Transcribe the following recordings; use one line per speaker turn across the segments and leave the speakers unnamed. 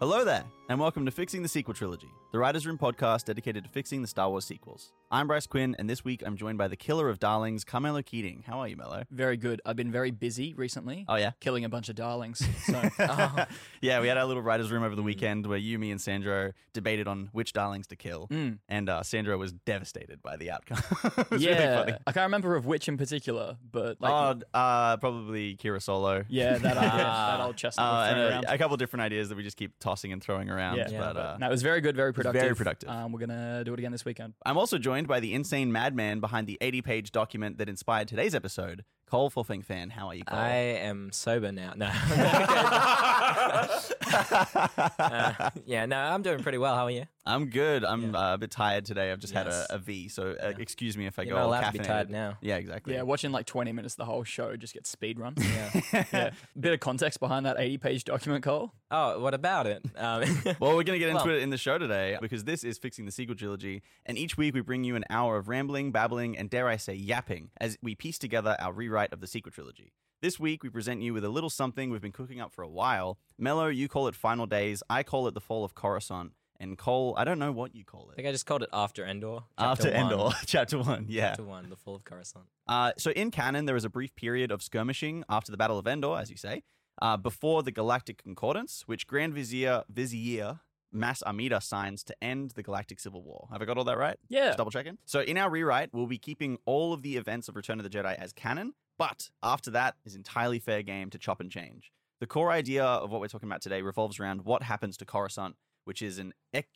Hello there, and welcome to Fixing the Sequel Trilogy, the Writer's Room podcast dedicated to fixing the Star Wars sequels. I'm Bryce Quinn, and this week I'm joined by the killer of darlings, Carmelo Keating. How are you, Mello?
Very good. I've been very busy recently.
Oh, yeah?
Killing a bunch of darlings. So, oh,
yeah, we had our little writer's room over the weekend where you, me, and Sandro debated on which darlings to kill,
Mm.
and uh, Sandro was devastated by the outcome. it was
yeah.
really funny.
I can't remember of which in particular, but like,
oh, uh, probably Kira Solo.
yeah, that, old- yeah, that
Uh,
old chestnut. we've
and
thrown
a,
around.
a couple different ideas that we just keep tossing and throwing around.
yeah,
but, uh,
no, it was very good, very
was
productive.
very productive.
Um, we're gonna do it again this weekend.
I'm also joined by the insane madman behind the 80 page document that inspired today's episode, Cole Fulfing fan. How are you, Cole?
I am sober now. No. Uh, yeah, no, I'm doing pretty well. How are you?
I'm good. I'm uh, a bit tired today. I've just
Yes.
had a, a V, so uh, excuse me if I
You're
go
not
all
allowed to be
caffeinated.
tired now.
Yeah, exactly.
Yeah, watching like 20 minutes the whole show just gets speed run. Yeah. yeah. Bit of context behind that 80 page document, Cole.
Oh, what about it? Um,
Well, we're going to get into
Well-
it in the show today because this is Fixing the Sequel Trilogy. And each week we bring you an hour of rambling, babbling, and dare I say, yapping as we piece together our rewrite of the sequel trilogy. This week we present you with a little something we've been cooking up for a while. Mello, you call it Final Days. I call it The Fall of Coruscant. And Cole, I don't know what you call
I
it.
think I just called it After Endor.
After
Chapter
Endor,
one.
chapter one, yeah.
Chapter one, the fall of Coruscant.
Uh, so in canon, there was a brief period of skirmishing after the Battle of Endor, as you say, uh, before the Galactic Concordance, which Grand Vizier Vizier Mas Amida signs to end the Galactic Civil War. Have I got all that right?
Yeah.
Just double checking. So in our rewrite, we'll be keeping all of the events of Return of the Jedi as canon, but after that is entirely fair game to chop and change. The core idea of what we're talking about today revolves around what happens to Coruscant, which is an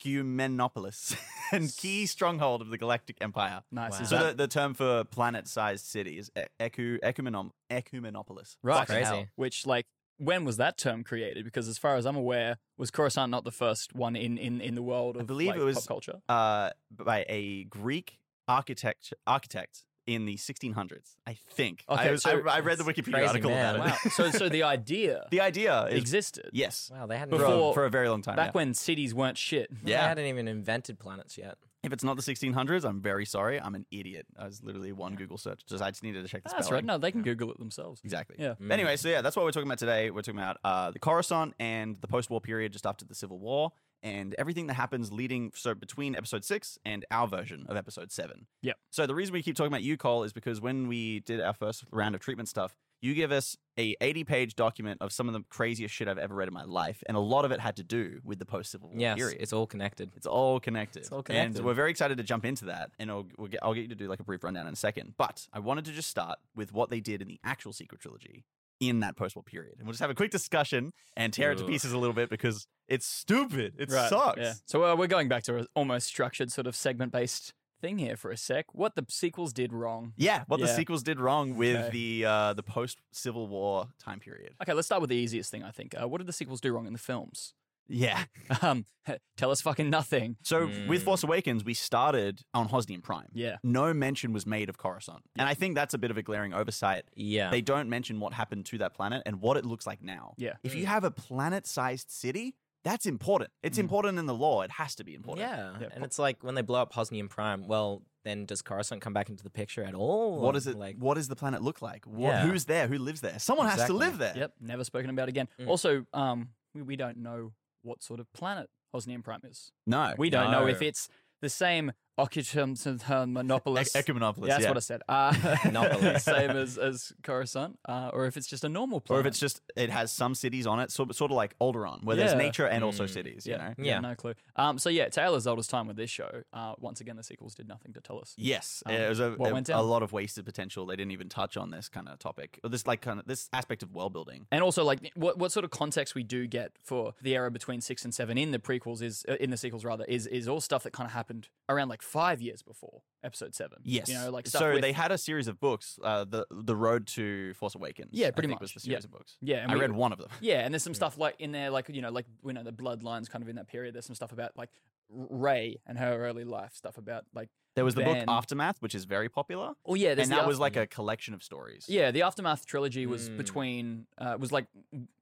ecumenopolis and key stronghold of the Galactic Empire.
Nice.
Wow.
Is
So
that-
the, the term for planet-sized city is e- ecu, ecumenom, ecumenopolis.
Right.
Fucking hell.
Crazy.
which like when was that term created? Because as far as I'm aware, was Coruscant not the first one in in, in the world of
believe
like,
it was-
pop culture?
Uh, by a Greek architect architect in the 1600s, I think.
Okay,
I, was-
so-
I, I read the Wikipedia
Crazy
article
man,
about
Wow.
it.
so so the idea
the idea is
existed
yes,
Wow, they hadn't
for-
even,
Before-
for a very long time.
back
yeah.
when cities weren't shit.
they
yeah,
hadn't even invented planets yet.
if it's not the 1600s, I'm very sorry. I'm an idiot. I was literally one Google search. Just I just needed to check the
That's
spelling.
right. No, they can Google it themselves.
Exactly.
Yeah.
Mm.
But Anyway, so yeah, that's what we're talking about today. We're talking about uh, the Coruscant and the post-war period just after the Civil War and everything that happens leading so between episode 6 and our version of episode 7.
Yep.
So the reason we keep talking about you Cole is because when we did our first round of treatment stuff, you give us a 80-page document of some of the craziest shit I've ever read in my life and a lot of it had to do with the post-Civil War
Yes,
period.
it's all connected.
It's all connected.
It's all connected.
And we're very excited to jump into that. And I'll, we'll get, I'll get you to do like a brief rundown in a second. But I wanted to just start with what they did in the actual sequel trilogy in that post war period. And we'll just have a quick discussion and tear it to
Ooh.
pieces a little bit because it's stupid. It
Right,
sucks.
Yeah. So uh, we're going back to an almost structured sort of segment based thing here for a sec. What the sequels did wrong.
Yeah, what the
Yeah.
sequels did wrong with
Okay.
the uh, the post Civil War time period.
Okay, let's start with the easiest thing I think. Uh, what did the sequels do wrong in the films?
Yeah.
Um, tell us fucking nothing.
So
Mm.
with Force Awakens, we started on Hosnian Prime.
Yeah.
No mention was made of Coruscant. And I think that's a bit of a glaring oversight
Yeah.
they don't mention what happened to that planet and what it looks like now.
Yeah.
If
Mm.
you have a planet sized city, that's important. It's
Mhm.
important in the law. It has to be important.
yeah.
Yeah,
And it's like when they blow up Hosnian Prime, well, then does Coruscant come back into the picture at all?
What is it?
Like,
what does the planet look like? What,
Yeah.
Who's there? Who lives there? Someone has to
Exactly.
live there.
Yep, never spoken about again.
Mm.
Also, um, we, we don't know what sort of planet Hosnian Prime is.
No. E-,
We don't know
No.
if it's the same
E-,
Occutumnopolis.
Ecumenopolis.
yeah, that's what I said. Uh,
Monopolis.
same as, as Coruscant, uh, or if it's just a normal
or
planet.
if it's just it has some cities on it, sort sort of like Alderaan, where there's
Yeah.
nature and also
Mm.
cities. You
yeah,
know.
yeah,
Yeah.
no clue. Um, so yeah, Taylor's oldest time with this show. Uh, once again, the sequels did nothing to tell us.
Yes,
Um,
it was a,
what
a-
went
a
down?
lot of wasted potential. They didn't even touch on this kind of topic, or this like kind of this aspect of world building.
And also, like, what, what sort of context we do get for the era between six and seven in the prequels is uh, in the sequels rather is is all stuff that kind of happened around like five years before episode seven.
Yes.
you know, like stuff
so
with-
they had a series of books, uh, the the Road to Force Awakens.
Yeah,
I
pretty
think was
much.
the series
Yeah.
of books.
yeah. And
I
we-
read one of them.
Yeah, and there's some stuff like in there, like you know, like you know, the bloodlines kind of in that period. There's some stuff about like Ray and her early life stuff about like.
There was the
Ben.
book Aftermath, which is very popular,
Oh yeah, there's
and
the
that
after-
was like Hmm. a collection of stories.
Yeah, the aftermath trilogy was
Mm.
between uh, was like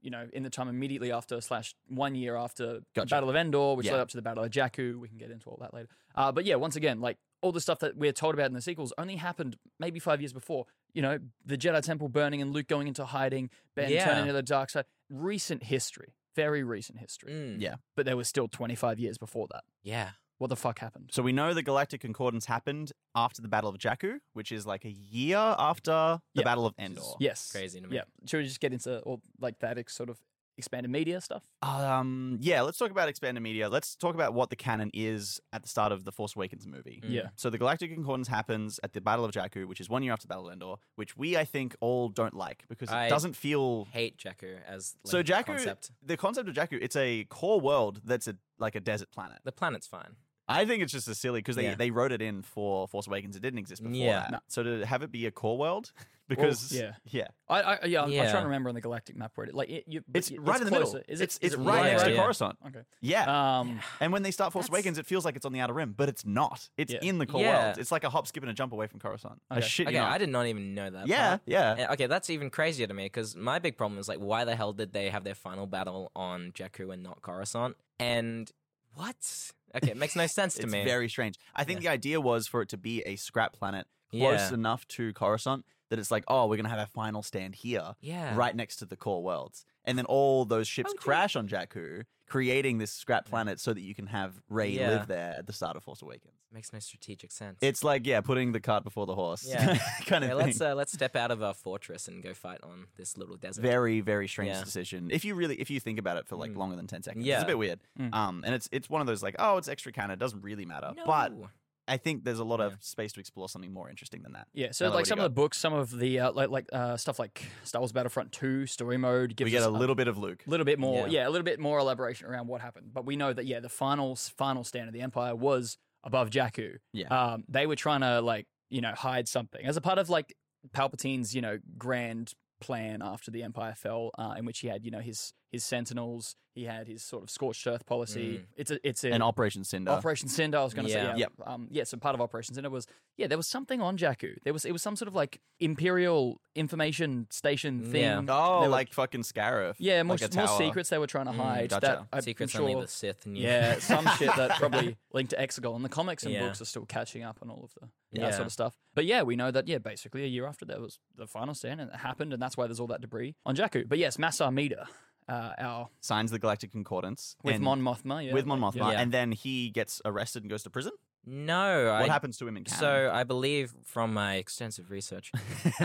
you know in the time immediately after slash one year after
Gotcha.
Battle of Endor, which
Yeah.
led up to the Battle of Jakku. We can get into all that later. Uh, but yeah, once again, like all the stuff that we're told about in the sequels only happened maybe five years before. You know, the Jedi Temple burning and Luke going into hiding, Ben
Yeah.
turning to the dark side. Recent history. very recent history,
Mm.
Yeah.
but there was still 25 years before that.
Yeah.
What the fuck happened?
So we know the Galactic Concordance happened after the Battle of Jakku, which is like a year after the
Yeah.
Battle of
Which is
Endor.
Yes.
Crazy to me.
Yeah. Should we just get into all like that ex- sort of expanded media stuff?
Um, yeah, let's talk about expanded media. Let's talk about what the canon is at the start of the Force Awakens movie.
Mm.
Yeah.
So the Galactic Concordance happens at the Battle of Jakku, which is one year after Battle of Endor, which we I think all don't like because it
I-
doesn't feel
Hate Jakku as like,
so. Jakku,
concept.
the concept of Jakku, it's a core world that's a like a desert planet.
The planet's fine.
I think it's just a silly because they,
Yeah.
they wrote it in for Force Awakens. It didn't exist before
Yeah.
that.
No.
So to have it be a core world, because
yeah.
yeah,
I, I yeah, I'm, I'm
Yeah.
trying to remember on the galactic map where it like it, you, but
it's
y-
right in the middle.
closer. Is it,
it's it's
is it
right next
there?
to
Yeah.
Coruscant.
Okay.
Yeah.
Um,
and when they start Force
That's-
Awakens, it feels like it's on the outer rim, but it's not. It's
Yeah.
in the core
Yeah.
world. It's like a hop, skip, and a jump away from Coruscant. I
Okay.
shit you
Okay,
not.
I did not even know that.
yeah,
part.
yeah.
Uh, Okay, that's even crazier to me because my big problem is like, why the hell did they have their final battle on Jakku and not Coruscant? And what? Okay, it makes no sense to
it's
me.
very strange. I think
Yeah.
the idea was for it to be a scrap planet close
yeah,
enough to Coruscant that it's like, oh, we're gonna have our final stand here,
yeah, Oh,
right next to the core worlds, and then all those ships
How do you-
crash on Jakku, creating this scrap planet so that you can have Ray
Yeah.
live there at the start of Force Awakens.
Makes no strategic sense.
It's like yeah, putting the cart before the horse,
Yeah.
kind of
okay,
thing.
let's uh, let's step out of our fortress and go fight on this little desert.
very very strange
Yeah.
decision if you really if you think about it for like
Mm.
longer than 10 seconds it's
Yeah. Hmm.
a bit weird
Mm.
um and it's it's one of those like oh it's extra canon it doesn't really matter but
No.
i think there's a lot
Yeah.
of space to explore something more interesting than that
Yeah, so
Hello, what
like
do
some
you
of the books, some of the uh, like like uh, stuff like Star Wars Battlefront Two Story Mode gives
we get
us
a little bit of luke
little bit more,
Yeah.
yeah. a little bit more elaboration around what happened. But we know that yeah, the final final stand of the Empire was above Jakku.
Yeah.
um, they were trying to like you know hide something as a part of like Palpatine's you know grand plan after the Empire fell, uh, in which he had you know his his Sentinels, he had his sort of scorched earth policy.
Mm.
It's a it's a
and operation cinder
Operation Cinder. I was going to
Yeah.
say, yeah, um, yeah. So part of Operation Cinder was, yeah, there was something on Jakku. There was it was some sort of like Imperial information station thing.
Mm. Yeah.
oh
They were-
like fucking scarif
yeah, more,
like a
more
tower.
secrets they were trying to
Mm,
hide.
gotcha.
That I'm
Secrets
sure,
only the Sith knew.
Yeah, some shit that probably linked to Exegol, and the comics and
Yeah.
books are still catching up on all of the
Yeah.
that sort of stuff. But yeah, we know that yeah, basically a year after there was the final stand, and it happened, and that's why there's all that debris on Jakku. But yes, Massar Mita, uh, our
signs the galactic concordance
with
and-
Mon Mothma, yeah,
with Mon
like,
Mothma,
yeah.
Yeah.
and then he gets arrested and goes to prison.
No,
What
I
happens to him in canon?
So uh, I believe from my extensive research,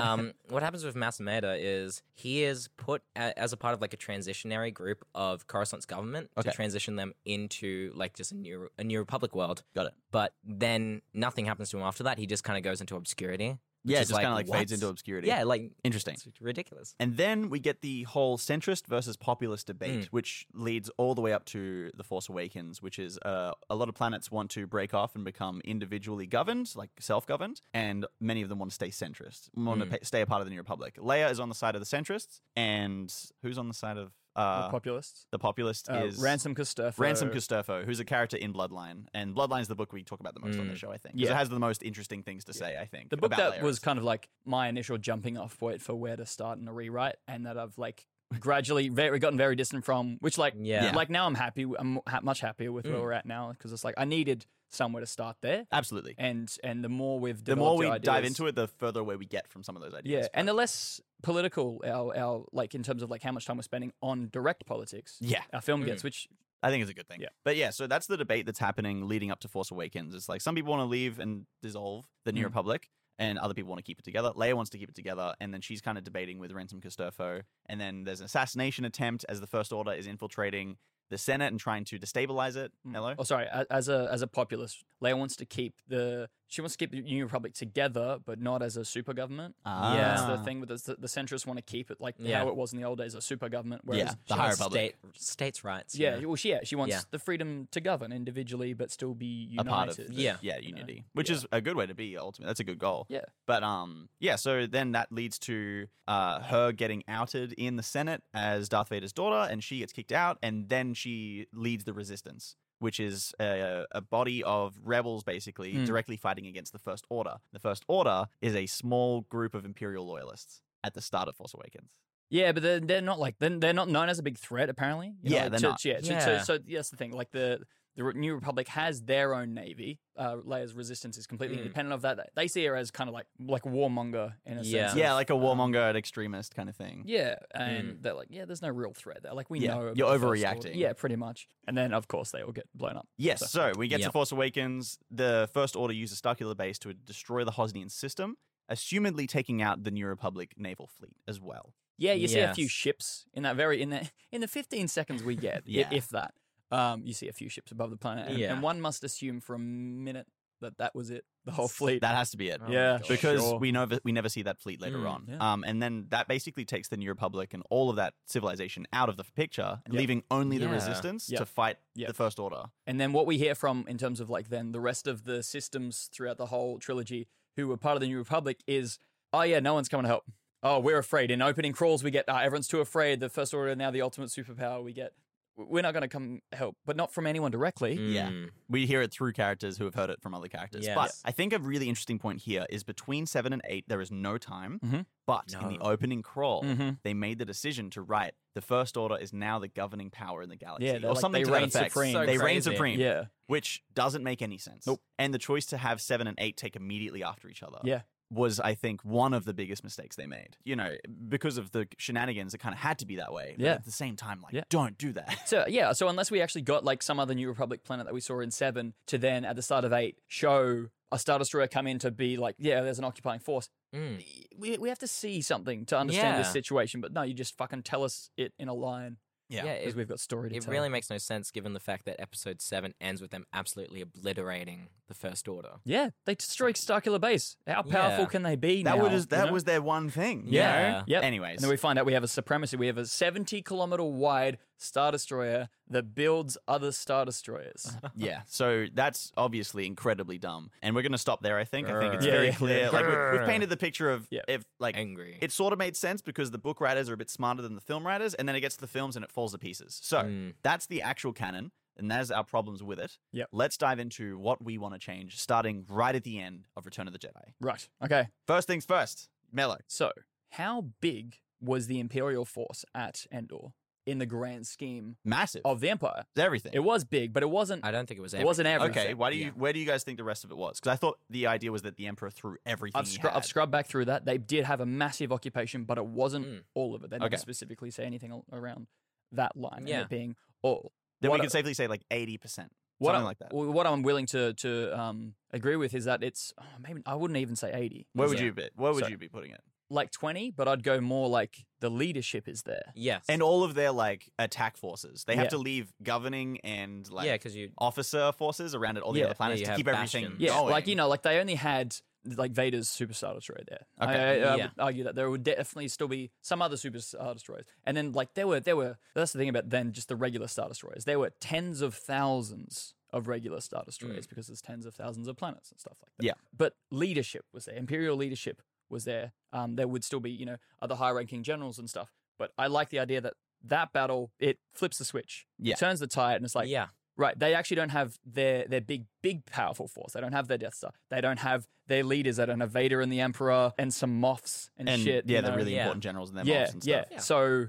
um, what happens with Masameda is he is put a, as a part of like a transitionary group of Coruscant's government
Okay.
to transition them into like just a new a new Republic world.
Got it.
But then nothing happens to him after that. He just kind of goes into obscurity.
yeah, it
is
just kind of
like,
like fades
what?
into obscurity.
Yeah, like
interesting.
it's ridiculous.
And then we get the whole centrist versus populist debate,
Mm.
which leads all the way up to The Force Awakens, which is uh, a lot of planets want to break off and become individually governed, like self governed, and many of them want to stay centrist, want
Mm.
to pa- stay a part of the New Republic. Leia is on the side of the centrists, and who's on the side of uh,
the populists.
the populist
Uh,
is
Ransom Casturfo.
Ransom Custerfo, who's a character in Bloodline. And Bloodline's the book we talk about the most on the
Mm.
show, I think. 'cause
Yeah.
It has the most interesting things to say, I think.
The book
about
that
Leia.
was kind of like my initial jumping off point for where to start in a rewrite, and that I've like gradually very gotten very distant from. Which like
Yeah.
like now I'm happy. I'm ha- much happier with where
Mm.
we're at now because it's like I needed somewhere to start there,
Absolutely.
and and the more we've
the more
developed
we
our
dive
ideas-
into it, the further away we get from some of those
yeah,
ideas.
and the less political our our like in terms of like how much time we're spending on direct politics.
yeah,
Our film
Mm.
gets, which
I think it's a good thing.
Yeah.
But yeah, so that's the debate that's happening leading up to Force Awakens. It's like some people want to leave and dissolve the New
Mm.
Republic, and other people want to keep it together. Leia wants to keep it together, and then she's kind of debating with Ransom Casturfo. And then there's an assassination attempt as the First Order is infiltrating the Senate and trying to destabilize it. Hello?
Oh, sorry. a- As a as a populist, Leia wants to keep the she wants to keep the New Republic together, but not as a super government.
Ah.
that's the thing with the, the centrists want to keep it like
Yeah.
how it was in the old days, a super government. Whereas,
Yeah, the
She
High
wants
Republic.
state, states' rights. you
yeah,
know?
well, she yeah, she wants
Yeah.
the freedom to govern individually, but still be
a
united.
part of the-
Yeah.
yeah
You know?
unity which
Yeah.
is a good way to be ultimately that's a good goal
Yeah.
but um yeah so then that leads to uh her getting outed in the senate as darth vader's daughter and she gets kicked out and then she leads the resistance which is a, a body of rebels basically
Mm.
directly fighting against the first order the first order is a small group of imperial loyalists at the start of force awakens
Yeah, but they're, they're not like then they're not known as a big threat apparently. you know,
Yeah,
like,
they're
so-
not.
Yeah, so-
Yeah.
So, so that's the thing. Like the The Re- New Republic has their own navy. Uh, Leia's resistance is completely
Mm.
independent of that. They see her as kind of like like warmonger in a
Yeah.
sense. of,
yeah, like a
um,
warmonger, an extremist kind of thing.
yeah, and they're like, yeah, there's no real threat there. Like we
Yeah,
know about
you're
the First Order.
overreacting.
Yeah, pretty much. And then of course they all get blown up.
Yes, so, we get
Yeah.
to Force Awakens. The First Order uses Starkiller Base to destroy the Hosnian system, assumedly taking out the New Republic naval fleet as well.
Yeah, you see a few
Yes.
ships in that very in the in the 15 seconds we get, i-
Yeah.
if that. Um, you see a few ships above the planet, and,
Yeah.
and one must assume for a minute that that was it, the whole fleet.
That has to be it.
Oh my
Yeah,
gosh.
because
Sure.
we know we never see that fleet later
Mm,
on.
yeah.
Um, and then that basically takes the New Republic and all of that civilization out of the picture, and
Yep.
leaving only the
Yeah.
Resistance
Yep.
to fight
Yep.
the First Order.
And then what we hear from in terms of like then the rest of the systems throughout the whole trilogy who were part of the New Republic is, oh yeah, no one's coming to help. Oh, we're afraid. In opening crawls, we get uh, everyone's too afraid. The First Order are now the ultimate superpower. We get we're not going to come help, but not from anyone directly.
Yeah.
Mm.
We hear it through characters who have heard it from other characters. But
Yes.
I think a really interesting point here is between seven and eight, there is no time.
Mhm.
But in
No.
the opening crawl,
Mm-hmm.
they made the decision to write the First Order is now the governing power in the galaxy,
Yeah,
or
they're like,
something
they
to that
reign
effect.
supreme. So
they reign
crazy.
supreme,
Yeah.
which doesn't make any sense.
Nope.
And the choice to have seven and eight take immediately after each other.
Yeah.
Was I think one of the biggest mistakes they made. You know, because of the shenanigans, it kind of had to be that way. But
Yeah.
at the same time, like,
Yeah.
don't do that.
So yeah, so unless we actually got like some other New Republic planet that we saw in seven to then at the start of eight show a Star Destroyer come in to be like, yeah, there's an occupying force.
Mm.
We, we have to see something to understand this
Yeah.
situation. But no, you just fucking tell us it in a line
Yeah.
Yeah,
because
it,
we've got story to
it
tell.
really makes no sense given the fact that episode 7 ends with them absolutely obliterating the First Order.
yeah, they destroy Starkiller Base. How powerful
Yeah.
can they be
That
now?
was that
you know?
was their one thing. you
Yeah.
know?
Yep.
Anyways.
And then we find out we have a supremacy. We have a 70 kilometer wide Star Destroyer that builds other Star Destroyers.
yeah. So that's obviously incredibly dumb. And we're going to stop there, I think. I think it's
Yeah,
very
yeah, yeah.
clear. Like, we've, we've
Grr.
painted the picture of
Yeah.
if, like,
Angry.
it sort of made sense because the book writers are a bit smarter than the film writers, and then it gets to the films and it falls to pieces. So
Mm.
that's the actual canon, and there's our problems with it.
Yep.
Let's dive into what we want to change, starting right at the end of Return of the Jedi.
right. Okay.
First things first, Mello.
So, how big was the Imperial force at Endor in the grand scheme
Massive.
of the Empire?
It's everything.
Oh, It was big, but it wasn't.
I don't think it was
It wasn't everything.
okay, why do you
yeah.
where do you guys think the rest of it was? Because I thought the idea was that the Emperor threw everything.
I've,
he
scru-
had.
I've scrubbed back through that. They did have a massive occupation, but it wasn't
Mm.
all of it. They didn't
Hmm. Okay.
specifically say anything al- around that line. and
Yeah.
it being all.
then
What
we
I-
can safely say like eighty percent,
What
something
I-
like that.
w- What I'm willing to to um, agree with is that it's oh, maybe I wouldn't even say 80.
Where would
Yeah.
you be? Where would
So-
you be putting it?
Like 20, but I'd go more like the leadership is there.
Yes.
And all of their like attack forces, they have
Yeah.
to leave governing and like
yeah, because you.
officer forces around at all the
Yeah,
other planets
yeah, you
to
have
keep everything
bastions.
Yeah,
Mm. going.
like you know, like they only had like Vader's superstar destroyer there.
Okay.
I, I, I
Yeah.
would argue that there would definitely still be some other superstar destroyers, and then like there were there were that's the thing about then just the regular star destroyers. There were tens of thousands of regular star destroyers because there's tens of thousands of planets and stuff like that.
Mm. Yeah.
but leadership was there. Imperial leadership was there. Um, there would still be you know other high ranking generals and stuff. But I like the idea that that battle it flips the switch,
Yeah.
turns the tide, and it's like
yeah.
Right. They actually don't have their their big, big powerful force. They don't have their Death Star. They don't have their leaders. They don't have Vader and the Emperor and some moths and,
and
shit.
yeah,
you
they're
know?
really
Yeah.
important generals and their
yeah,
mobs and
yeah.
stuff.
Yeah.
So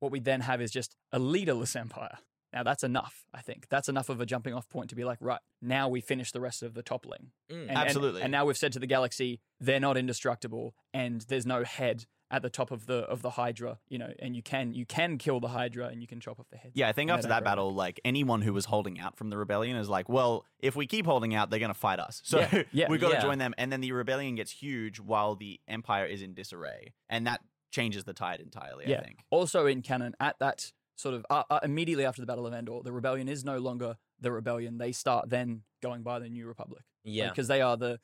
what we then have is just a leaderless empire. Now that's enough, I think. That's enough of a jumping off point to be like, right, now we finish the rest of the toppling.
Mm.
And, and-
Absolutely.
And, now we've said to the galaxy, they're not indestructible, and there's no head at the top of the of the Hydra, you know, and you can you can kill the Hydra and you can chop off the head.
Yeah, I think
And they
after
don't
that
grow
battle, like anyone who was holding out from the rebellion is like, well, if we keep holding out, they're going to fight us. So
Yeah, yeah,
we've got
yeah.
to join them. And then the rebellion gets huge while the empire is in disarray. And that changes the tide entirely, I
Yeah.
think.
also in canon at that sort of uh, uh, immediately after the battle of endor the rebellion is no longer the rebellion they start then going by the new republic
Yeah.
because they are the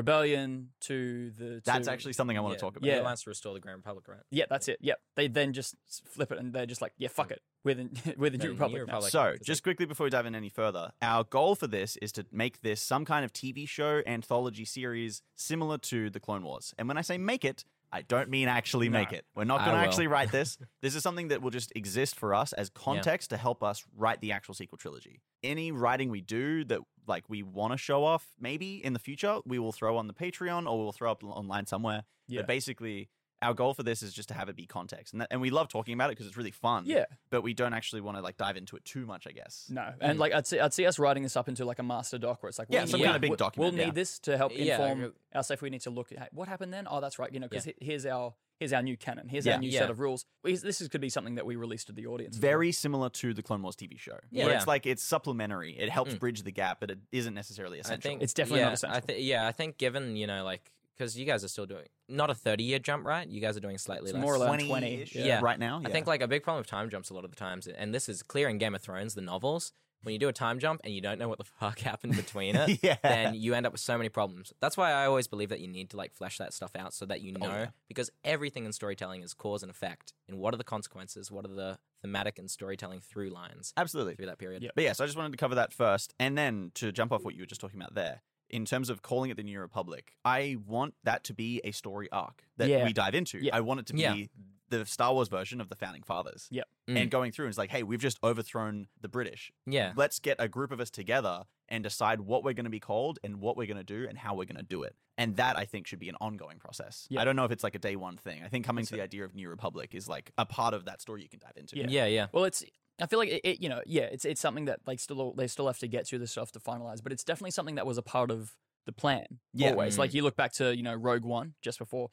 rebellion to the
That's
to-
actually something I want
yeah.
to talk about.
Yeah.
The Alliance to restore the Grand Republic, right?
yeah that's it yep they then just s- flip it and they're just like yeah fuck it we're the, we're the new
They're the New
republic, now.
Republic. like,
so,
'cause they-
just quickly before we dive in any further, our goal for this is to make this some kind of TV show anthology series similar to the Clone Wars. And when I say make it, I don't mean actually
No.
make it. We're not
I
going to
will.
actually write this. this is something that will just exist for us as context to help us write the actual sequel trilogy. Any writing we do that like we want to show off, maybe in the future, we will throw on the Patreon or we'll throw up online somewhere.
Yeah.
But basically, Our goal for this is just to have it be context, and that, and we love talking about it because it's really fun.
Yeah.
but we don't actually want to like dive into it too much, I guess.
No, and like I'd see, I'd see us writing this up into like a master doc where it's like,
Mm. Yeah,
we
some
need-
kind of big
we-
document,
We'll need
yeah.
this to help
Yeah, I
inform
agree.
us if we need to look at what happened then. Oh, that's right, you know, because here's our here's our new canon, here's
Yeah.
our new
Yeah.
set of rules. We- This is, could be something that we release to the
It's
audience. as well.
very similar to the Clone Wars TV show.
Yeah.
where
Yeah.
it's like it's supplementary. It helps
Mm.
bridge the gap, but it isn't necessarily
I
essential.
think
It's definitely not
yeah, I
essential.
thi- yeah, I think given you know like because you guys are still doing not a thirty year jump, right? You guys are doing slightly
It's
less.
more or less.
20
20,
-ish,
yeah.
right now.
I
yeah.
think like a big problem with time jumps a lot of the times, and this is clear in Game of Thrones, the novels. When you do a time jump and you don't know what the fuck happened between it,
yeah.
then you end up with so many problems. That's why I always believe that you need to like flesh that stuff out so that you
Oh,
know,
yeah.
because everything in storytelling is cause and effect, and what are the consequences? What are the thematic and storytelling through lines
Absolutely.
through that period?
Yeah.
But yeah, so I just wanted to cover that first. And then to jump off what you were just talking about there, in terms of calling it the New Republic, I want that to be a story arc that
Yeah.
we dive into.
Yeah.
I want it to be
Yeah.
the Star Wars version of the Founding Fathers.
Yep.
Mm.
And going through and it's like, hey, we've just overthrown the British.
Yeah,
Let's get a group of us together and decide what we're going to be called and what we're going to do and how we're going to do it. And that I think should be an ongoing process.
Yeah.
I don't know if it's like a day one thing. I think coming
That's
to the idea of New Republic is like a part of that story you can dive into.
Yeah.
yeah, yeah.
Well, it's I feel like it, it you know yeah it's it's something that like still they still have to get to this stuff to finalize, but it's definitely something that was a part of the plan
Yeah. Mm-hmm.
always.
Mm.
Like you look back to you know Rogue One just before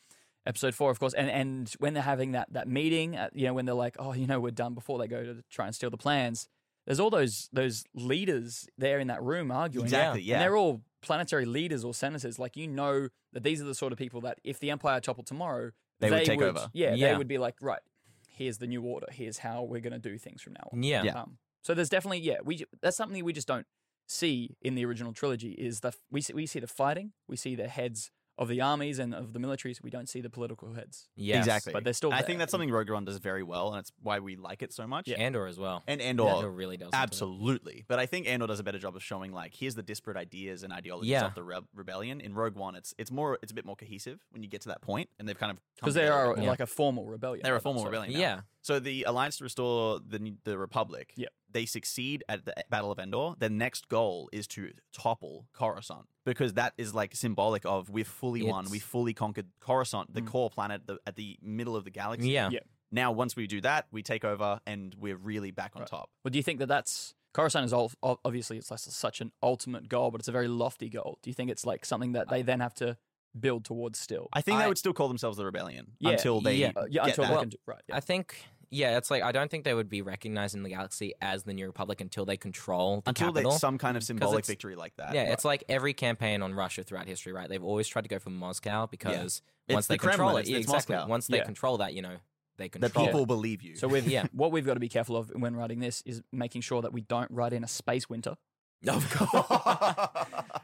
episode four, of course, and and when they're having that that meeting, at, you know when they're like oh you know we're done before they go to try and steal the plans. There's all those those leaders there in that room arguing.
Exactly. Yeah.
And they're all planetary leaders or senators. Like you know that these are the sort of people that if the empire toppled tomorrow,
They would take over.
Yeah,
Yeah.
they would be like, right, here's the new order. Here's how we're going to do things from now on.
Yeah.
Yeah.
Um, so there's definitely yeah, we ju- that's something we just don't see in the original trilogy is the f- we see, we see the fighting, we see the heads of the armies and of the militaries, we don't see the political heads.
Yes.
Exactly.
But they're still
I
there.
think that's something Rogue One does very well, and it's why we like it so much.
Andor as well.
And Andor,
Andor really does. into it.
absolutely. But I think Andor does a better job of showing like here's the disparate ideas and ideologies
Yeah.
of the re- rebellion. In Rogue One, it's it's more it's a bit more cohesive when you get to that point, and they've kind of come
because they
together a
are
bit more.
like a formal rebellion.
they're a
of
formal
sort.
rebellion. now.
Yeah.
So the Alliance to restore the the Republic.
Yep.
They succeed at the Battle of Endor. Their next goal is to topple Coruscant because that is like symbolic of we've fully won,
It's-
we fully conquered Coruscant, the
Mm.
core planet the, at the middle of the galaxy.
Yeah.
Yeah.
Now, once we do that, we take over and we're really back on
Right.
top.
Well, do you think that that's Coruscant is all, obviously it's like such an ultimate goal, but it's a very lofty goal. Do you think it's like something that they then have to build towards still?
I think
I-
they would still call themselves the rebellion
Yeah,
until they
yeah.
Uh, yeah,
get
until
that.
they
Well,
can do right. Yeah.
I think yeah, it's like I don't think they would be recognized in the galaxy as the New Republic until they control the
until
capital.
there's some kind of symbolic
it's-
victory like that.
yeah, it's like every campaign on Russia throughout history, right? They've always tried to go for Moscow because
It's
once
the
they control
Kremlin,
it,
it's-
yeah,
it's
exactly.
Moscow.
Once they
Yeah.
control that, you know, they
the
control.
people
it.
believe you.
So we've
Yeah.
what we've got to be careful of when writing this is making sure that we don't write in a space winter.
of course.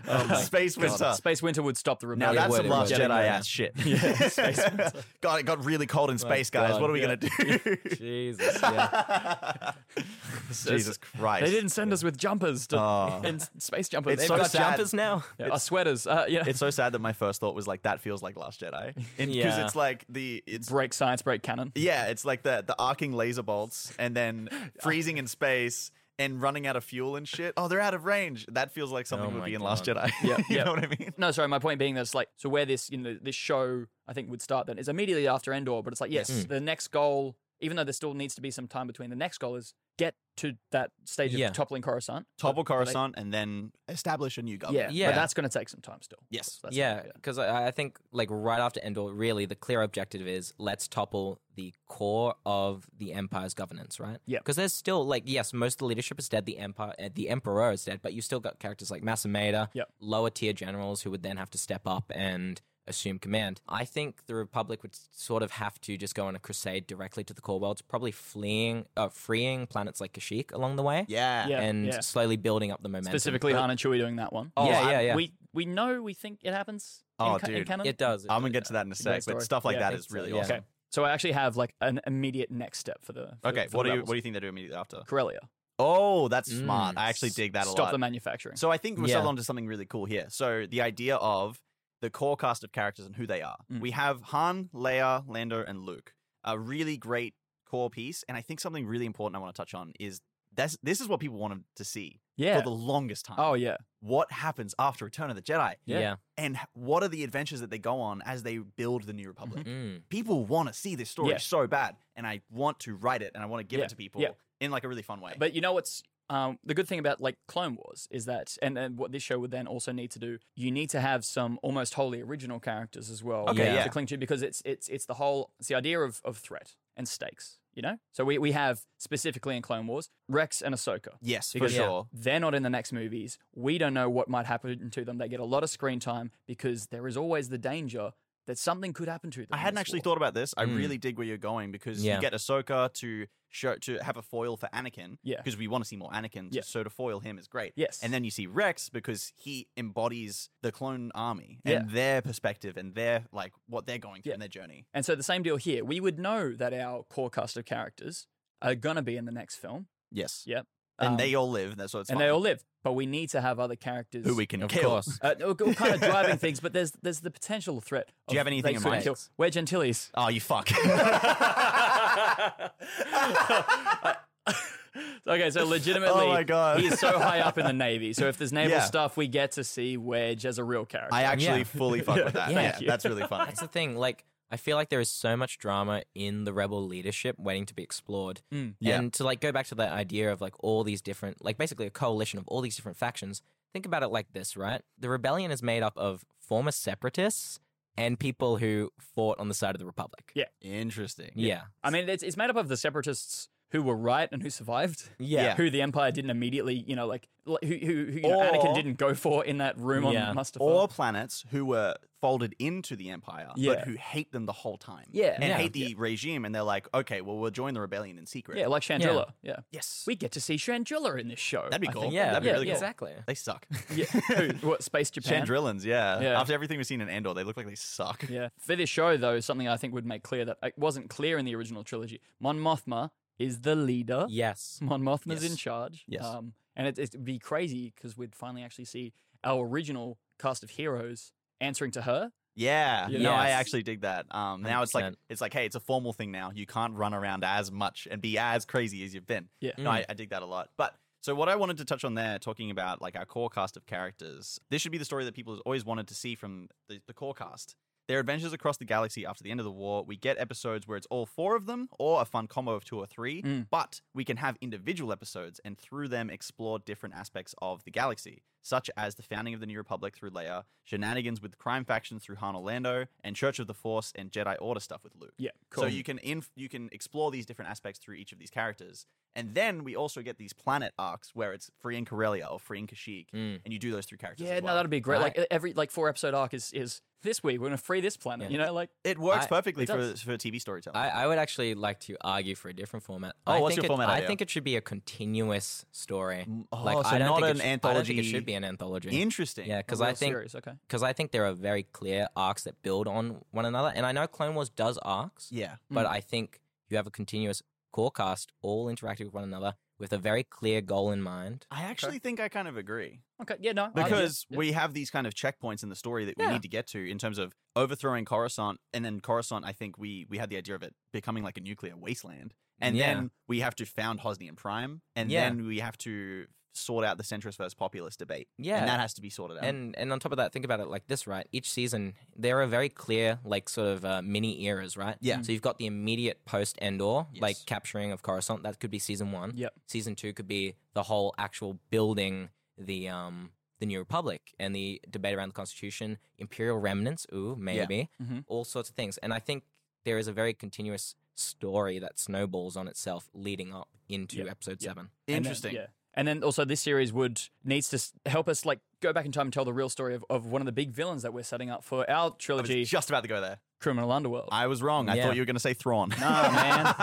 Oh my
Space
God.
Winter.
Space winter would stop the
Now
rebellion.
that's
word,
some
it
Last
would.
Jedi
Yeah.
ass shit.
Yeah, Space Winter.
God, it got really cold in
My
space, guys.
God,
What are we
yeah.
gonna do?
Jesus, yeah.
Jesus Christ!
They didn't send us with jumpers to,
Oh.
and s- space jumpers.
It's
They've
so
got
sad.
jumpers now.
now.
Yeah, uh, sweaters. Uh, yeah.
It's so sad that my first thought was like that feels like Last Jedi because
Yeah.
it's like the it's
break science, break canon.
Yeah, it's like the the arcing laser bolts and then freezing in space and running out of fuel and shit. Oh, they're out of range. That feels like something
Oh
would
my
be in Last
God.
Jedi.
Yeah,
you
yeah.
know what I mean?
No, sorry. My point being that it's like so where this you know this show I think would start then is immediately after Endor, but it's like yes,
Mm.
Yes.
the next goal, even though there still needs to be some time between, the next goal is get to that stage
Yeah.
of toppling Coruscant.
Topple
But- but they-
Coruscant and then establish a new
yeah,
government.
Yeah.
But that's going to take some time still.
Yes.
That's
yeah, because I, I think like right after Endor, really the clear objective is let's topple the core of the Empire's governance, right?
Yeah.
because there's still like yes, most of the leadership is dead, the Empire, uh, the Emperor is dead, but you still got characters like Masameda,
Yep.
lower tier generals who would then have to step up and assume command. I think the Republic would s- sort of have to just go on a crusade directly to the core worlds, probably fleeing, uh, freeing planets like Kashyyyk along the way,
Yeah.
Yeah.
and slowly building up the momentum.
specifically
But-
Han and Chewie doing that one.
Oh, yeah,
I-
yeah, yeah.
We we know we think it happens.
Oh,
in, ca- in
dude.
canon.
it does. it
I'm gonna
does.
get to that in a sec,
Great
but
story.
stuff like
Yeah,
that
it's,
is really
yeah.
awesome.
Okay, so I actually have like an immediate next step for the. For,
Okay,
for
what
the
do you
rebels.
what do you think they do immediately after?
Corellia.
Oh, that's
Mm.
smart. I actually dig that a
Stop
lot.
the manufacturing.
So I think we're
Yeah.
still onto something really cool here. So the idea of the core cast of characters and who they are.
Mm.
We have Han, Leia, Lando, and Luke. A really great core piece, and I think something really important I want to touch on is that's this is what people wanted to see
Yeah.
for the longest time.
oh yeah.
What happens after Return of the Jedi?
Yeah.
Yeah.
And h- what are the adventures that they go on as they build the New Republic?
Mm.
People want to see this story
Mm-hmm. Yeah.
so bad, and I want to write it and I want to give
Yeah.
it to people
Yeah.
in like a really fun way.
But you know what's um, the good thing about like Clone Wars is that, and, and what this show would then also need to do, you need to have some almost wholly original characters as well
Okay,
to
yeah.
cling to because it's it's it's the whole it's the idea of, of threat and stakes. You know, so we, we have specifically in Clone Wars Rex and Ahsoka.
yes, for
Because-
Yeah.
sure.
They're not in the next movies. We don't know what might happen to them. They get a lot of screen time because there is always the danger that something could happen to them.
I
in
hadn't
this
actually
war.
thought about this. I
Mm.
really dig where you're going because
Yeah.
you get Ahsoka to show to have a foil for Anakin.
Yeah.
Because we want to see more Anakin.
Yeah.
So to foil him is great.
Yes.
And then you see Rex because he embodies the clone army and their perspective and their like what they're going through and
Yeah.
their journey.
And so the same deal here. We would know that our core cast of characters are gonna be in the next film,
Yes.
Yeah,
And
Um,
they all live. That's what it's
and
fun.
they all live. But we need to have other characters
who we can
Of
kill.
course.
uh, all- all kind of driving things. But there's there's the potential threat. Of
Do you have anything
they
in
could
mind?
Kill. We're Gentiles.
Oh, you fuck.
okay, so legitimately,
Oh my God.
he is so high up in the navy. So if there's naval
Yeah.
stuff, we get to see Wedge as a real character.
I actually
Yeah.
fully fuck with that.
Yeah.
Yeah,
Yeah.
that's really funny.
That's the thing. Like, I feel like there is so much drama in the rebel leadership waiting to be explored.
Mm.
Yeah.
And to like go back to that idea of like all these different, like basically a coalition of all these different factions. Think about it like this, right? The rebellion is made up of former separatists and people who fought on the side of the republic.
Yeah.
Interesting.
Yeah.
I mean, it's it's made up of the separatists who were right and who survived.
Yeah.
Who the Empire didn't immediately, you know, like like, who who, who you know, Anakin
Or-
didn't go for in that room
Yeah.
on Mustafar.
or planets who were folded into the empire,
Yeah.
but who hate them the whole time.
Yeah.
And
Yeah.
hate the regime, and they're like, okay, well, we'll join the rebellion in secret.
yeah, like Shangela. Yeah.
yes.
we get to see Shangela in this show.
That'd be
I
cool.
think.
Yeah.
That'd be
Yeah,
really cool.
yeah.
Exactly.
They suck.
Yeah. Who- what Space Japan?
Chandrillans, yeah.
Yeah.
After everything we've seen in Endor, they look like they suck.
Yeah. For this show, though, something I think would make clear that it wasn't clear in the original trilogy. Mon Mothma is the leader.
Yes.
Mon Mothma's in
Yes.
charge.
Yes.
Um, and it, it'd be crazy because we'd finally actually see our original cast of heroes answering to her.
Yeah.
Yeah.
No, I
Yes.
actually dig that. Um, now it's like
100%.
it's like, hey, it's a formal thing now. You can't run around as much and be as crazy as you've been.
Yeah.
No,
Mm.
I, I dig that a lot. But so what I wanted to touch on there, talking about like our core cast of characters, this should be the story that people have always wanted to see from the, the core cast. Their adventures across the galaxy after the end of the war. We get episodes where it's all four of them or a fun combo of two or three,
Mm.
but we can have individual episodes and through them explore different aspects of the galaxy, such as the founding of the New Republic through Leia, shenanigans with crime factions through Han Orlando, and Church of the Force and Jedi Order stuff with Luke.
Yeah.
So you can inf- you can explore these different aspects through each of these characters, and then we also get these planet arcs where it's free in Corellia or free in Kashyyyk,
Mm.
and you do those through characters.
yeah,
as
no,
well.
that'd be great.
Right.
Like e, every like four episode arc is is this week we're gonna free this planet.
Yeah.
You know, like
it works
I-
perfectly
it
for
does.
for TV storytelling.
I, I would actually like to argue for a different format.
Oh,
I
what's
think
your
it-
format
I
idea?
think it should be a continuous story.
Mm, oh,
Like,
so
I don't
not
think
an
it sh- I don't
anthology.
think it should be an anthology.
Interesting.
yeah,
a
because
real
I think
series. Okay.
because I think there are very clear arcs that build on one another. And I know Clone Wars does arcs,
Yeah.
but I think you have a continuous core cast all interacting with one another with a very clear goal in mind.
I actually think I kind of agree
Okay. Yeah. No. I- yeah,
because
yeah.
we have these kind of checkpoints in the story that we
Yeah.
need to get to in terms of overthrowing Coruscant, and then Coruscant. I think we we had the idea of it becoming like a nuclear wasteland, and
Yeah.
then we have to found Hosnian Prime, and
Yeah.
then we have to sort out the centrist versus populist debate,
Yeah.
and that has to be sorted out.
and and on top of that, think about it like this, right? Each season there are very clear, like sort of uh, mini eras, right?
Yeah.
So you've got the immediate post Endor, like
Yes.
capturing of Coruscant. That could be season one.
Yep.
Season two could be the whole actual building the um the New Republic and the debate around the Constitution, Imperial remnants. Ooh, maybe
Mhm.
all sorts of things. And I think there is a very continuous story that snowballs on itself leading up into
Yep.
episode
Yep.
seven.
And then-
Interesting.
yeah. And then also this series would needs to s- help us like go back in time and tell the real story of, of one of the big villains that we're setting up for our
I
trilogy,
was just about to go there.
Criminal Underworld. I,
I was wrong. I
Yeah.
thought you were going to say Thrawn. No,
man.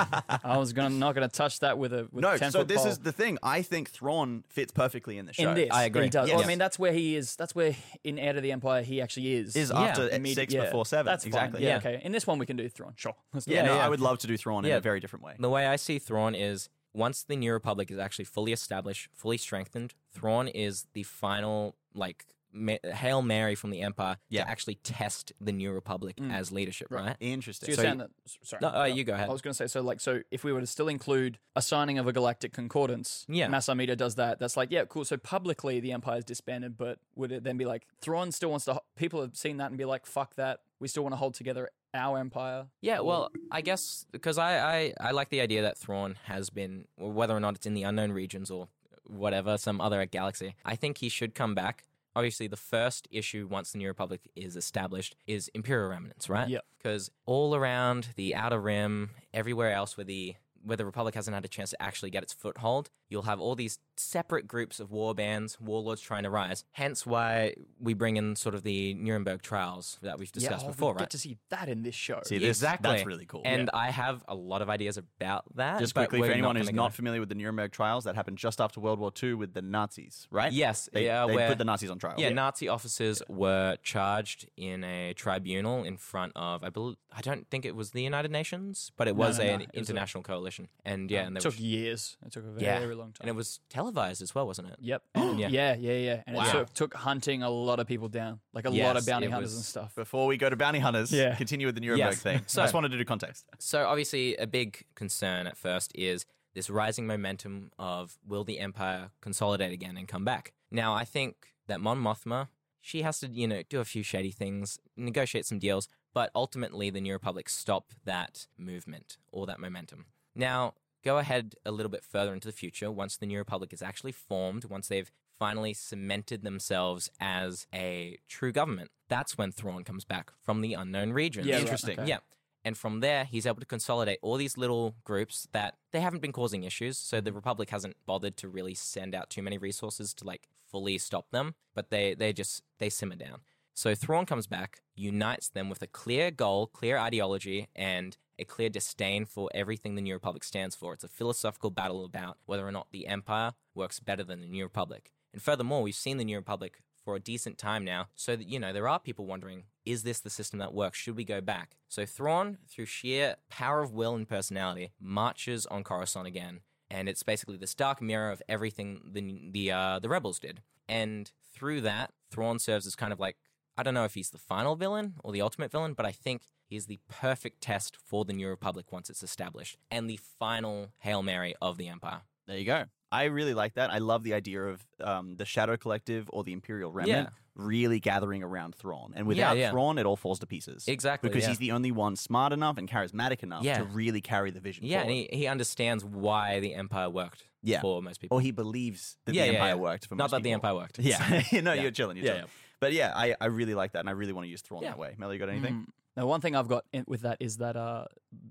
was gonna not gonna touch that with a with
no,
a 10
so
foot
this
pole.
is the thing. I think Thrawn fits perfectly in the show.
in this.
I agree.
He does. Well,
Yes.
I mean that's where he is. That's where in Heir to the Empire he actually is.
Is
Yeah,
after
Immedi-
six
yeah.
before seven.
That's fine.
exactly.
Yeah.
Yeah.
Okay. In this one we can do Thrawn. Sure. Let's do
Yeah,
that.
no,
yeah.
I would love to do Thrawn in
Yeah.
a very different way.
The way I see Thrawn is once the New Republic is actually fully established, fully strengthened, Thrawn is the final like Ma- Hail Mary from the Empire
Yeah.
to actually test the New Republic
Mm.
as leadership,
Right.
right?
So
Interesting.
you're
So
saying that? s- Sorry.
No, uh, you go ahead.
I was going to say so. Like, so if we were to still include a signing of a galactic concordance,
Yeah.
Masamida does that. That's like, yeah, cool. So publicly, the empire's disbanded, but would it then be like Thrawn still wants to? ho- People have seen that and be like, fuck that. We still want to hold together our empire.
Yeah,
Or-
well, I guess because I, I, I like the idea that Thrawn has been, whether or not it's in the unknown regions or whatever, some other galaxy, I think he should come back. Obviously, the first issue, once the New Republic is established, is Imperial remnants, right?
Yep.
Because all around the Outer Rim, everywhere else where the where the Republic hasn't had a chance to actually get its foothold, you'll have all these separate groups of war bands, warlords trying to rise. Hence why we bring in sort of the Nuremberg trials that we've discussed
oh, we
before,
get
right?
to see that in this show.
See, this, that's
exactly.
really cool.
And I have a lot of ideas about that.
just
but
quickly,
we're
for anyone who's
gonna
not
go-
familiar with the Nuremberg trials, that happened just after World War II with the Nazis, right?
yes,
They,
yeah,
they
where-
put the Nazis on trial.
yeah, Nazi officers were charged in a tribunal in front of I believe I don't think it was the United Nations, but it
No,
was
no,
a-
no,
an
it was a-
international coalition, and
Oh.
yeah,
Um,
and
it
they
took
were,
years. It took a very,
Yeah.
long time.
and it was televised as well, wasn't it?
Yep. And-
Yeah.
yeah. yeah, yeah, And
Wow.
it sort of took hunting a lot of people down, like a lot
Yes,
of bounty
it
hunters
was-
and stuff.
Before we go to bounty hunters,
Yeah.
continue with the Nuremberg
Yes.
thing.
So-
I just wanted to do context.
So obviously, a big concern at first is this rising momentum of will the empire consolidate again and come back? Now, I think that Mon Mothma, she has to, you know, do a few shady things, negotiate some deals, but ultimately the New Republic stop that movement or that momentum. Now, go ahead a little bit further into the future once the New Republic is actually formed, once they've finally cemented themselves as a true government. That's when Thrawn comes back from the unknown regions.
Yeah, right,
Interesting.
okay.
Yeah. And from there, he's able to consolidate all these little groups that they haven't been causing issues. So the Republic hasn't bothered to really send out too many resources to like fully stop them, but they they just they simmer down. So Thrawn comes back, unites them with a clear goal, clear ideology, and a clear disdain for everything the New Republic stands for. It's a philosophical battle about whether or not the Empire works better than the New Republic. And furthermore, we've seen the New Republic for a decent time now. So that you know, there are people wondering, is this the system that works? Should we go back? So Thrawn, through sheer power of will and personality, marches on Coruscant again, and it's basically this dark mirror of everything the the uh, the rebels did. And through that, Thrawn serves as kind of like I don't know if he's the final villain or the ultimate villain, but I think he's the perfect test for the New Republic once it's established and the final hail mary of the Empire.
There you go. I really like that. I love the idea of um, the Shadow Collective or the Imperial Remnant really gathering around Thrawn. And without
yeah.
Thrawn, it all falls to pieces.
Exactly
because
yeah.
he's the only one smart enough and charismatic enough
Yeah.
to really carry the vision
Yeah, and
forward.
he, he understands why the empire worked
Yeah.
for most people.
or he believes that
Yeah,
the
yeah,
Empire
yeah.
worked. For
Not
most
that the
people.
empire worked.
Yeah. no,
Yeah.
you're chilling. You're
Yeah,
chilling. But yeah, I, I really like that and I really want to use Thrawn
Yeah.
that way. Mel, you got anything?
Mm-hmm.
Mm. Now, one thing I've got in, with that is that uh,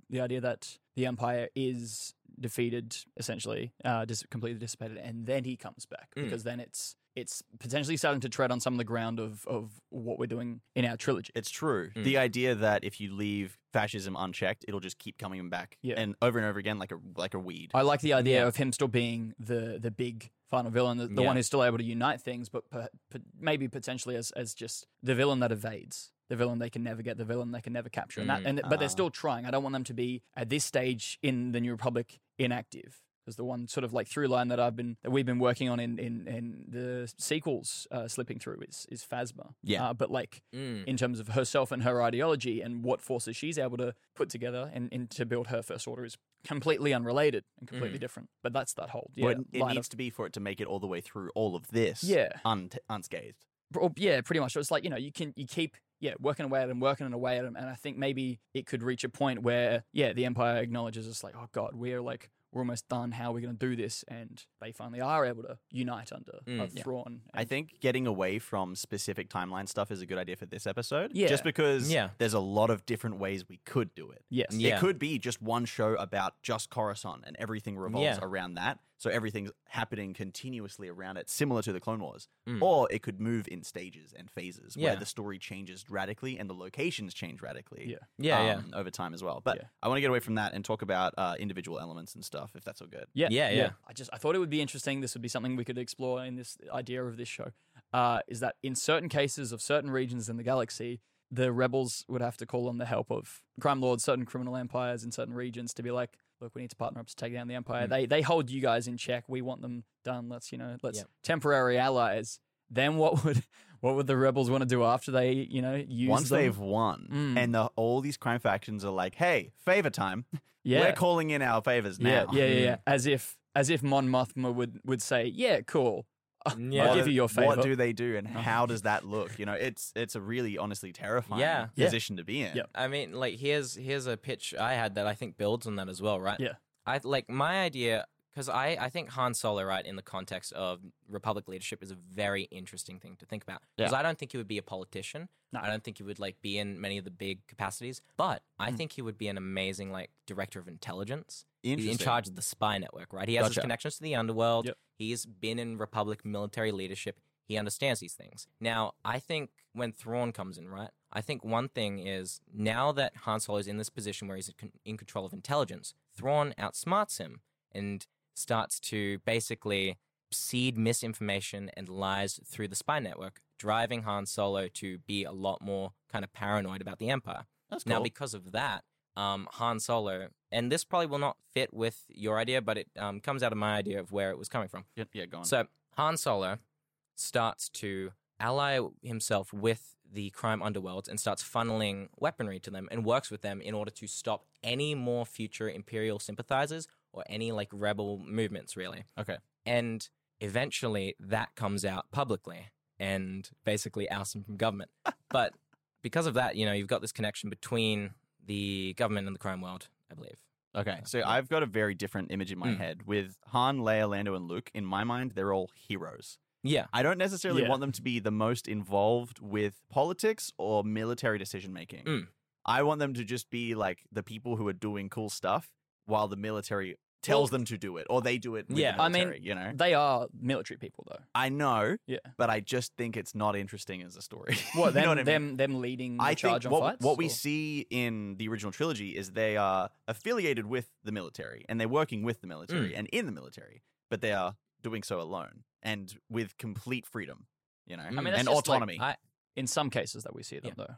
the idea that the Empire is defeated, essentially, uh, dis- completely dissipated, and then he comes back
Mm.
because then it's it's potentially starting to tread on some of the ground of of what we're doing in our trilogy.
It's true.
Mm.
The idea that if you leave fascism unchecked, it'll just keep coming back
Yeah.
and over and over again like a like a weed.
I like the idea
Yeah.
of him still being the the big final villain, the, the
Yeah.
one who's still able to unite things, but per, per, maybe potentially as as just the villain that evades. The villain they can never get, the villain they can never capture, and that,
Mm.
and but
Ah.
they're still trying. I don't want them to be at this stage in the New Republic inactive, because the one sort of like through line that I've been that we've been working on in in, in the sequels uh, slipping through is is Phasma,
Yeah.
Uh, but like
Mm.
in terms of herself and her ideology and what forces she's able to put together and, and to build her first order is completely unrelated and completely different. But that's that whole yeah,
Mm. But it
line
needs to be for it to make it all the way through all of this
of, yeah,
un- unscathed.
or, yeah, pretty much. So it's like you know you can you keep yeah working away at him, working away at him, and I think maybe it could reach a point where yeah the empire acknowledges it's like oh god we're like. We're almost done. How are we going to do this? And they finally are able to unite under
Mm.
a
Yeah.
Thrawn.
I
and-
think getting away from specific timeline stuff is a good idea for this episode.
Yeah.
Just because
Yeah.
there's a lot of different ways we could do it.
yes,
Yeah.
It could be just one show about just Coruscant and everything revolves
Yeah.
around that. So everything's happening continuously around it, similar to the Clone Wars.
Mm.
Or it could move in stages and phases where
Yeah.
the story changes radically and the locations change radically.
Yeah.
yeah, yeah.
um, over time as well. But
Yeah.
I want to get away from that and talk about uh, individual elements and stuff, if that's all good.
Yeah,
Yeah, yeah.
I just I thought it would be interesting. This would be something we could explore in this idea of this show. Uh, is that in certain cases of certain regions in the galaxy, the rebels would have to call on the help of crime lords, certain criminal empires in certain regions to be like, look, we need to partner up to take down the empire.
Mm.
They they hold you guys in check. We want them done. Let's you know, let's
Yep.
temporary allies. Then what would what would the rebels want to do after they you know use
Once
them?
they've won,
Mm.
and the, all these crime factions are like, "Hey, favor time!
yeah
We're calling in our favors now."
yeah yeah yeah, yeah. as if as if Mon Mothma would would say yeah cool
Um,
Yeah.
I'll give you your favor
What do they do, and how does that look? You know, it's it's a really honestly terrifying
Yeah.
Yeah.
position to be in.
Yep.
I mean, like here's here's a pitch I had that I think builds on that as well, right?
Yeah.
I like my idea because I I think Han Solo, right, in the context of Republic leadership, is a very interesting thing to think about because
Yeah.
I don't think he would be a politician.
No.
I don't think he would like be in many of the big capacities, but I
Mm.
think he would be an amazing like director of intelligence. He's
Interesting.
in charge of the spy network, right? He has his
Gotcha.
connections to the underworld.
Yep.
He's been in Republic military leadership. He understands these things. Now, I think when Thrawn comes in, right? I think one thing is now that Han Solo is in this position where he's in con- in control of intelligence, Thrawn outsmarts him and starts to basically seed misinformation and lies through the spy network, driving Han Solo to be a lot more kind of paranoid about the Empire.
That's
Now,
cool.
because of that, um, Han Solo, and this probably will not fit with your idea, but it um, comes out of my idea of where it was coming from.
yeah, yeah, go on.
So Han Solo starts to ally himself with the crime underworld and starts funneling weaponry to them and works with them in order to stop any more future Imperial sympathizers or any like rebel movements, really.
Okay.
And eventually that comes out publicly and basically ousts him from government. but because of that, you know, you've got this connection between the government and the crime world, I believe.
Okay, so
Yeah.
I've got a very different image in my
Mm.
head with Han, Leia, Lando, and Luke. In my mind, they're all heroes.
Yeah.
I don't necessarily
Yeah.
want them to be the most involved with politics or military decision making.
Mm.
I want them to just be like the people who are doing cool stuff while the military tells them to do it or they do it. With
Yeah.
the
I mean,
military, you know,
they are military people though
I know,
Yeah.
but I just think it's not interesting as a story.
what
you
them
know what I mean?
them them leading the
I
charge
think
on
what,
fights
what we
or-
see in the original trilogy is they are affiliated with the military and they're working with the military
Mm.
and in the military, but they are doing so alone and with complete freedom, you know,
mean,
that's
and
just, like,
autonomy
I-
in some cases that we see them though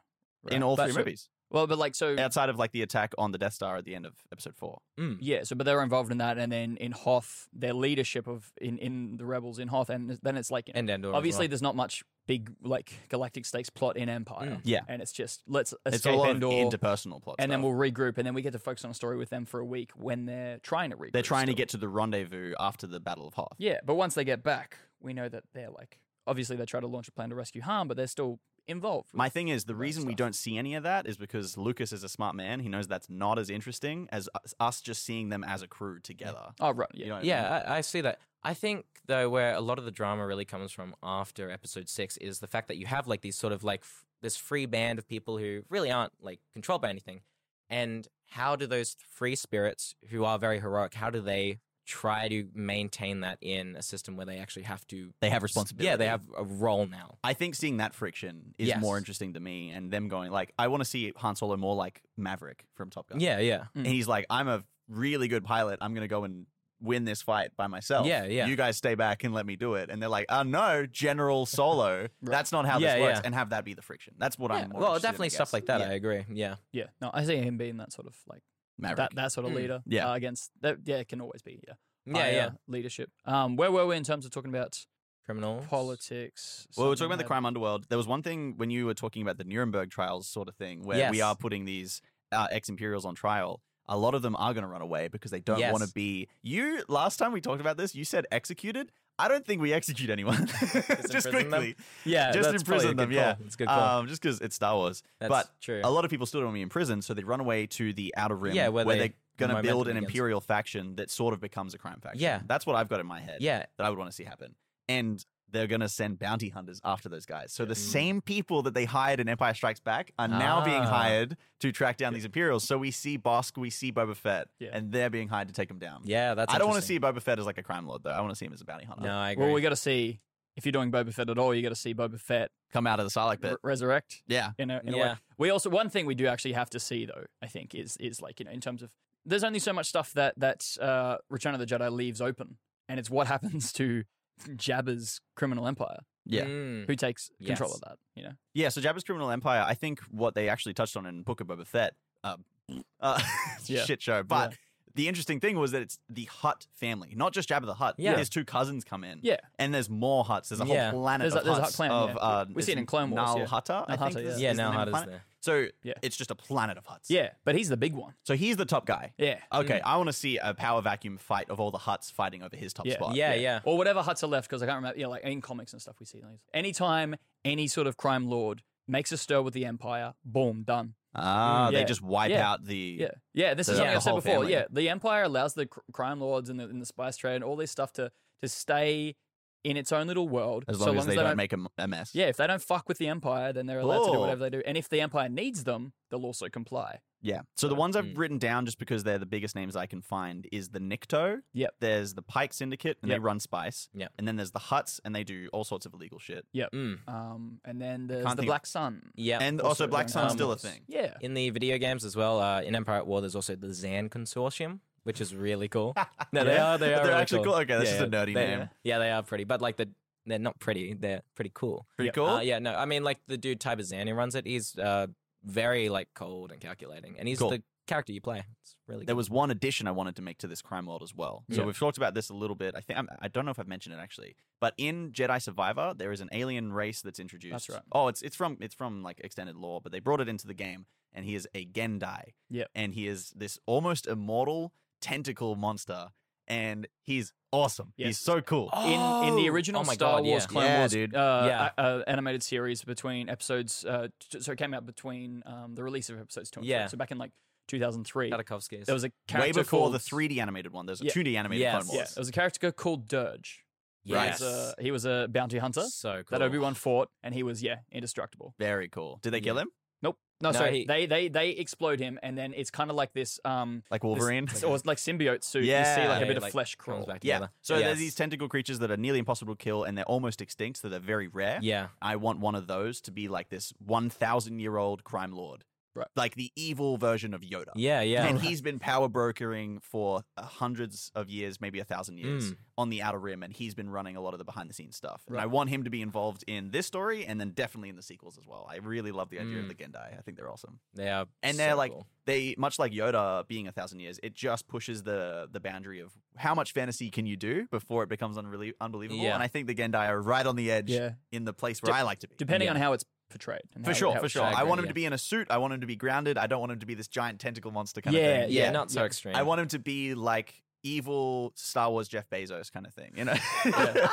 in all
But-
three movies,
well but like so
outside of like the attack on the Death Star at the end of Episode Four.
Mm.
Yeah, so but they're involved in that, and then in Hoth, their leadership of in in the rebels in Hoth, and then it's like
And Endor. as
obviously
well.
there's not much big like galactic stakes plot in Empire.
Mm.
Yeah.
and it's just let's escape
It's a lot
Endor,
of interpersonal plot,
and then
stuff.
we'll regroup, and then we get to focus on a story with them for a week when they're trying to regroup.
they're trying to
still.
get to the rendezvous after the Battle of Hoth.
yeah, but once they get back, we know that they're like obviously they try to launch a plan to rescue Han, but they're still involved. with-
My thing is the
Right
reason we
stuff.
don't see any of that is because Lucas is a smart man. He knows that's not as interesting as us- us just seeing them as a crew together.
oh right,
You
yeah,
know what I mean?
Yeah, uh, I, I see that. I think though, where a lot of the drama really comes from after episode six is the fact that you have like these sort of like f- this free band of people who really aren't like controlled by anything, and how do those free spirits who are very heroic? How do they try to maintain that in a system where they actually have to?
They have
Yeah,
responsibility.
they have a role now.
I think seeing that friction is
Yes.
more interesting to me and them going like I want to see Han Solo more like Maverick from Top Gun.
Yeah, Mm. yeah.
And he's like I'm a really good pilot. I'm going to go and win this fight by myself.
Yeah, yeah.
You guys stay back and let me do it. And they're like, "Oh no, General Solo. That's not how
Yeah,
this works."
yeah.
And have that be the friction. That's what
Yeah,
I'm more
Well,
interested in,
definitely
I
stuff
guess.
like that.
Yeah.
I agree. Yeah.
yeah. No, I see him being that sort of like
Maverick.
that that sort of
Mm.
leader.
Yeah.
uh, against that. Yeah, it can always be. Yeah,
Yeah,
higher
uh,
yeah.
leadership. Um, where were we in terms of talking about
Criminals.
politics?
Well, we're
something
talking about the crime underworld. There was one thing when you were talking about the Nuremberg trials sort of thing, where we
Yes.
are putting these uh, ex Imperials on trial. A lot of them are going to run away because they don't want
Yes.
to be. You last time we talked about this, you said executed. I don't think we execute anyone. just
imprison them?
quickly,
Yeah,
Just
that's probably a
imprison them,
good
yeah.
call. it's a good call.
um, just because it's Star Wars.
that's
but
true.
A lot of people still don't want to be in prison, so they run away to the outer rim,
Yeah, where they-
are going to
momentum
build an
against-
imperial faction that sort of becomes a crime faction.
Yeah.
that's what I've got in my head
yeah,
that I would want to see happen. And they're going to send bounty hunters after those guys. So the
Mm.
same people that they hired in Empire Strikes Back are now being
Ah.
hired to track down these Imperials. So we see Bosk, we see Boba Fett,
Yeah.
and they're being hired to take them down.
yeah. That's.
I don't want to
interesting.
see Boba Fett as like a crime lord, though. I want to see him as a bounty hunter.
No, I agree.
Well, we got to see if you're doing Boba Fett at all. You got to see Boba Fett
Come out of the Sarlacc pit.
re- resurrect.
Yeah.
In a, in a way.
Yeah.
We also one thing we do actually have to see though. I think is is like you know in terms of there's only so much stuff that that uh, Return of the Jedi leaves open, and it's what happens to Jabba's criminal empire.
Yeah.
Mm.
Who takes control
Yes.
of that? You know.
Yeah, so Jabba's Criminal Empire, I think what they actually touched on in Book of Boba Fett, um, uh,
Yeah.
shit show, but the interesting thing was that it's the Hut family, not just Jabba the Hut.
Yeah.
His two cousins come in.
Yeah.
and there's more huts. There's a whole
Yeah.
planet
There's
of
a- there's a
huts
Hutt clan,
of
yeah.
uh,
We see it in Clone Wars,
Nal
yeah.
Hutta, I
Nal
think is-
Hutta, yeah.
is
Yeah,
the
now
name of the
how does
planet.
there?
So
Yeah.
it's just a planet of huts.
Yeah, Mm. but he's the big one.
So he's the top guy.
Yeah.
Okay, I want to see a power vacuum fight of all the huts fighting over his top
Yeah.
spot.
Yeah, yeah.
Or whatever huts are left, because I can't remember. You know, like in comics and stuff, we see those. Anytime any sort of crime lord makes a stir with the Empire, boom, done.
Ah,
Mm,
they
yeah.
just wipe
Yeah.
out the.
Yeah, yeah. This
So
is something
the
I've said
whole
before.
family.
Yeah, the Empire allows the cr- crime lords and the, and the spice trade and all this stuff to to stay in its own little world.
As
so
long as they, don't, make a, m- a mess.
Yeah, if they don't fuck with the Empire, then they're allowed to do
Oh.
whatever they do. And if the Empire needs them, they'll also comply.
Yeah. So the ones I've
Mm.
written down, just because they're the biggest names I can find, is the Nikto.
Yep.
There's the Pike Syndicate, and they
Yep.
run spice.
Yep.
And then there's the Huts, and they do all sorts of illegal shit.
Mm.
Um, and then there's
Can't
the
think-
Black Sun.
Yeah.
And
Also
also, Black
doing
Sun's
um,
still a thing.
Yeah,
in the video games as well, uh, in Empire at War, there's also the Zan Consortium, which is really cool. no, they
Yeah?
are. They
But
are
they're
really
actually cool. Okay, that's just a nerdy
they-
name.
Yeah, they are pretty, but like the they're not pretty. They're pretty cool.
Pretty
Yep.
cool.
Uh, yeah, no, I mean like the dude Tiber Zan who runs it. He's uh, very like cold and calculating, and he's
Cool.
the character you play. It's really
There
cool.
was one addition I wanted to make to this crime world as well. So
Yeah.
we've talked about this a little bit. I think I'm, I don't know if I've mentioned it actually, but in Jedi Survivor, there is an alien race that's introduced.
right.
Oh, it's it's from it's from like extended lore, but they brought it into the game, and he is a Gendai.
Yep.
And he is this almost immortal tentacle monster, and he's awesome.
Yes.
He's so cool.
in in the
Oh!
original
Oh my
Star
God,
Wars
yeah.
Clone
Yeah,
Wars
dude.
Uh,
Yeah.
a- uh, animated series between episodes, uh, t- so it came out between um, the release of episodes two and three.
Yeah.
So back in like 2003,
Tarkovsky's.
there was a character
Way before
called,
the 3D animated one. There's a
Yeah.
2D animated
Yes.
Clone
Yeah,
Wars.
there was a character called Dirge. He
Right.
yes.
was a- he was a bounty hunter
so cool.
uh, that Obi Wan fought, and he was yeah indestructible.
Very cool. Did they kill
Yeah.
him?
Nope, no,
No,
sorry,
he-
they they they explode him, and then it's kind of like this um
Like Wolverine?
this, or it's like symbiote suit. you
Yeah.
see
Yeah,
like a bit
it,
of
like,
flesh crawl.
comes back
Yeah.
together.
So there's
Yes.
these tentacle creatures that are nearly impossible to kill and they're almost extinct, so they're very rare.
Yeah.
I want one of those to be like this 1,000 year old crime lord.
Right.
Like the evil version of Yoda.
Yeah. Yeah.
And he's been power brokering for uh, hundreds of years, maybe a thousand years
Mm.
on the Outer Rim, and he's been running a lot of the behind the scenes stuff. And I
Right.
want him to be involved in this story and then definitely in the sequels as well. I really love the idea of
Mm.
the Gendai. I think they're awesome.
They are.
And
so
they're like-
cool.
They, much like Yoda being a thousand years, it just pushes the the boundary of how much fantasy can you do before it becomes unreli- unbelievable.
Yeah.
And I think the Gendai are right on the edge
Yeah,
in the place
De-
where I like to be.
depending
Yeah.
on how it's portrayed. and
For
how-
sure,
how
for
it's
sure.
I
I
agree,
want him
yeah.
to be in a suit. I want him to be grounded. I don't want him to be this giant tentacle monster kind
Yeah,
of thing.
Yeah,
yeah,
not so
yeah.
extreme.
I want him to be like evil Star Wars Jeff Bezos kind of thing, you know?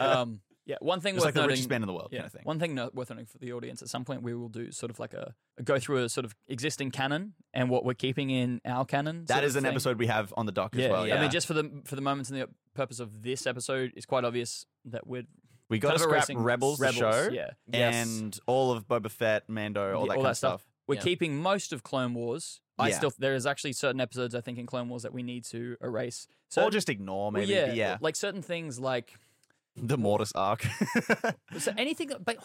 um, yeah, one thing
Just
worth
like the
noting.
richest man in the world
yeah,
kind of Uh, thing.
One thing no- worth noting for the audience: at some point, we will do sort of like a, a go through a sort of existing canon and what we're keeping in our canon.
that
sort
is
of
an
thing.
episode we have on the dock
Yeah,
as well.
yeah.
I mean, just for the for the moments and the purpose of this episode, it's quite obvious that we're
we got
kind
to
of
scrap
erasing
Rebels,
Rebels,
the show,
Yeah,
Yes.
and all of Boba Fett, Mando, all
Yeah,
that kind of stuff.
We're
Yeah.
keeping most of Clone Wars. I
Yeah.
still there is actually certain episodes I think in Clone Wars that we need to erase. So
or just ignore, maybe.
yeah,
but yeah.
like certain things like
The Mortis arc.
so anything that, but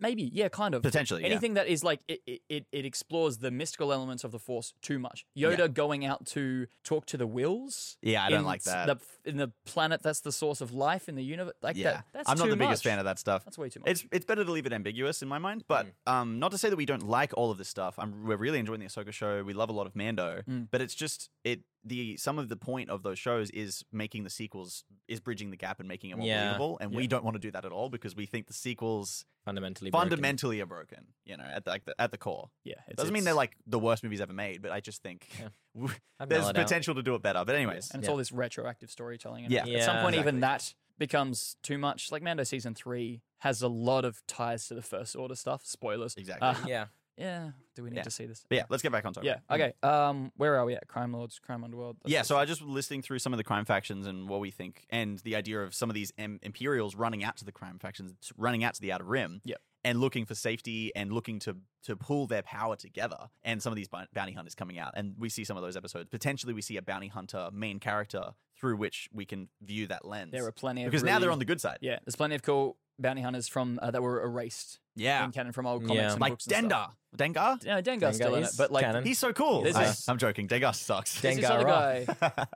maybe yeah, kind of.
Potentially, yeah.
anything that is like it, it- it, it explores the mystical elements of the force too much yoda
Yeah. going
going out to talk to the wills
Yeah, I don't like that.
in the planet that's the source of life in the universe like
yeah.
that, that's
I'm not
too
the biggest
much.
fan of that stuff.
that's way too much
It's it's better to leave it ambiguous in my mind, but
Hmm.
um, not to say that we don't like all of this stuff. I'm, we're really enjoying the Ahsoka show. We love a lot of Mando,
Mm.
but it's just it the some of the point of those shows is making the sequels is bridging the gap and making it more
Yeah.
believable, and we
Yeah.
don't want to do that at all because we think the sequels
fundamentally. broken.
fundamentally are broken. You know, at the, like the, at the core,
yeah it's,
doesn't mean
it's-
they're like the worst movies ever made, but I just think
Yeah.
w-
I'd
there's
mellow down.
potential to do it better. But anyways,
and it's
Yeah.
all this retroactive storytelling and
Yeah.
at some
Yeah.
point even that becomes too much like mando season 3 has a lot of ties to the first order stuff spoilers
Exactly.
Uh,
Yeah.
yeah do we need
Yeah.
to see this
but yeah, let's get back on topic.
yeah okay um where are we at crime lords crime underworld That's
yeah,
it.
so I just listing through some of the crime factions and what we think, and the idea of some of these em- Imperials running out to the crime factions, running out to the Outer Rim,
Yep.
and looking for safety and looking to to pull their power together. And some of these bou- bounty hunters coming out, and we see some of those episodes. Potentially, we see a bounty hunter main character through which we can view that lens.
there are plenty of
because now they're
really-
on the good side.
Yeah, there's plenty of cool bounty hunters from uh, that were erased
Yeah,
in canon from old
Yeah.
comics and
like
books and
Dengar. Dengar,
stuff. No, Dengar's still in it,
is
but like
canon.
he's so cool.
This
I-
is-
I'm joking. Dengar sucks.
there's this
Dengar
other guy.
Ra.
there's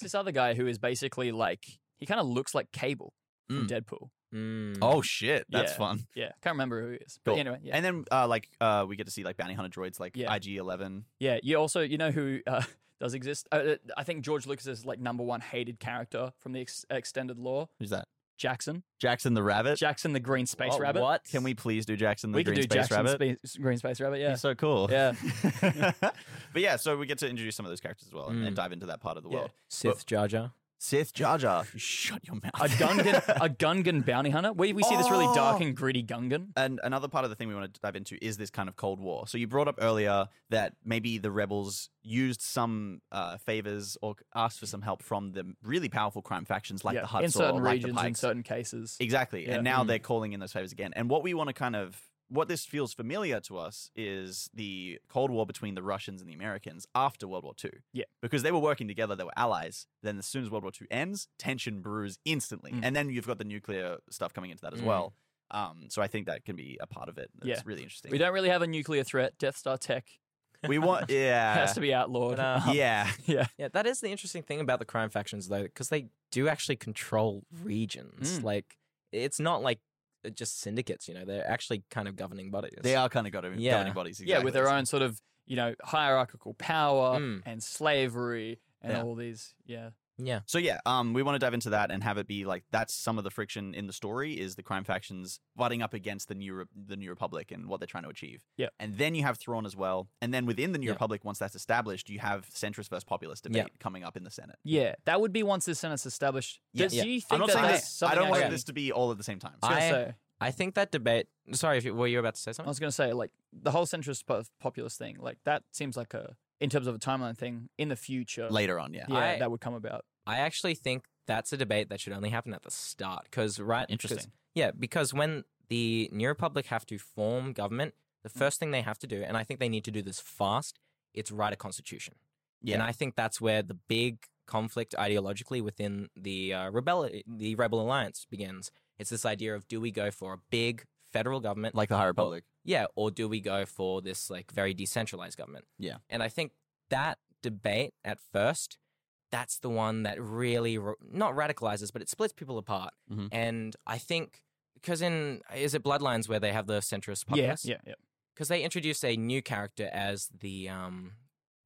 this other guy who is basically like he kind of looks like Cable from
Mm.
Deadpool.
Mm.
oh shit, that's
Yeah.
fun.
Yeah, can't remember who he is.
Cool.
But anyway, yeah,
And then uh, like uh, we get to see like bounty hunter droids like
Yeah.
IG Eleven.
yeah. You also you know who uh, does exist. Uh, I think George Lucas's like number one hated character from the ex- extended lore,
Who's that?
Jackson.
Jackson the Rabbit.
Jackson the Green Space
What-
Rabbit.
What?
Can we please do Jackson Oh, the
we
Green
could do
Space
Jackson
Rabbit?
Space, Green Space Rabbit. Yeah.
He's so cool.
Yeah.
but yeah, so we get to introduce some of those characters as well and, and
Mm.
dive into that part of the
Yeah.
world.
Sith Jar Jar?
Sith Jar Jar, you shut your mouth.
a Gungan, a Gungan bounty hunter. We, we see this really dark
Oh!
and gritty Gungan.
And another part of the thing we want to dive into is this kind of Cold War. So you brought up earlier that maybe the rebels used some uh, favors or asked for some help from the really powerful crime factions like
Yeah,
the Huts
in certain
or like
regions,
the
in
Pikes.
certain cases.
Exactly.
Yeah.
And now
Mm.
they're calling in those favors again. And what we want to kind of what this feels familiar to us is the Cold War between the Russians and the Americans after World War II.
Yeah.
Because they were working together, they were allies. Then as soon as World War II ends, tension brews instantly.
Mm.
And then you've got the nuclear stuff coming into that as
Mm.
well. Um, so I think that can be a part of it. It's
Yeah.
really interesting.
We don't really have a nuclear threat. Death Star tech
We want
has
yeah.
to be um, outlawed.
But, uh,
yeah.
yeah.
Yeah, that is the interesting thing about the crime factions, though, because they do actually control regions.
Mm.
Like, it's not like uh, just syndicates, you know, they're actually kind of governing bodies.
They are kind of got
Yeah.
governing bodies. Exactly.
Yeah, with their own sort of, you know, hierarchical power
Mm.
and slavery and
Yeah.
all these. Yeah.
Yeah.
So yeah, um, we want to dive into that and have it be like that's some of the friction in the story is the crime factions butting up against the new Re- the new republic and what they're trying to achieve.
Yeah.
and then you have Thrawn as well, and then within the new
Yeah.
republic, once that's established, you have centrist versus populist debate
Yeah.
coming up in the Senate.
Yeah. That would be once the Senate's established.
Yeah.
Do,
Yeah.
do you think
I'm not
that
saying
that's
this. I
something
don't want
actually-
this to be all at the same time.
I was gonna
I-
say-
I think that debate. Sorry, if you, were you about to say
I
something?
was going to say, like, the whole centrist po- populist thing, like, that seems like a, in terms of a timeline thing, in the future,
Later on, yeah.
yeah,
I-
that would come about.
I actually think that's a debate that should only happen at the start because right 'cause-
Interesting.
yeah, because when the New Republic have to form government, the first thing they have to do, and I think they need to do this fast, it's write a constitution.
Yeah.
And I think that's where the big conflict ideologically within the uh, rebel the rebel alliance begins. It's this idea of do we go for a big federal government
like the High Republic.
yeah, or do we go for this like very decentralized government?
Yeah.
And I think that debate at first, that's the one that really ra- not radicalizes, but it splits people apart.
Mm-hmm.
Mhm.
And I think because in is it Bloodlines where they have the centrist
Yeah.
populace?
Yeah. Yeah.
Because they introduce a new character as the um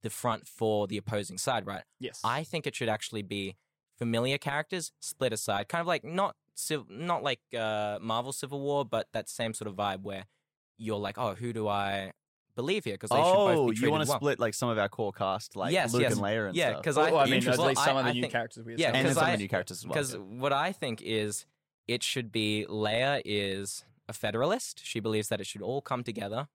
the front for the opposing side, right?
Yes.
I think it should actually be familiar characters split aside, kind of like not civ- not like uh, Marvel Civil War, but that same sort of vibe where you're like, oh, who do I believe here? Because they should both
Oh,
be
you
treated
want to
well.
split like some of our core cast, like
Yes,
Luke
yes.
and Leia and
Yeah,
stuff.
'cause
Well,
I-
Oh, I mean, at
interesting.
least some
I-
of the
I
new
think-
characters we
yeah,
and then
established.
some of
I-
the new characters as well.
Because
yeah.
what I think is it should be Leia is a Federalist. She believes that it should all come together,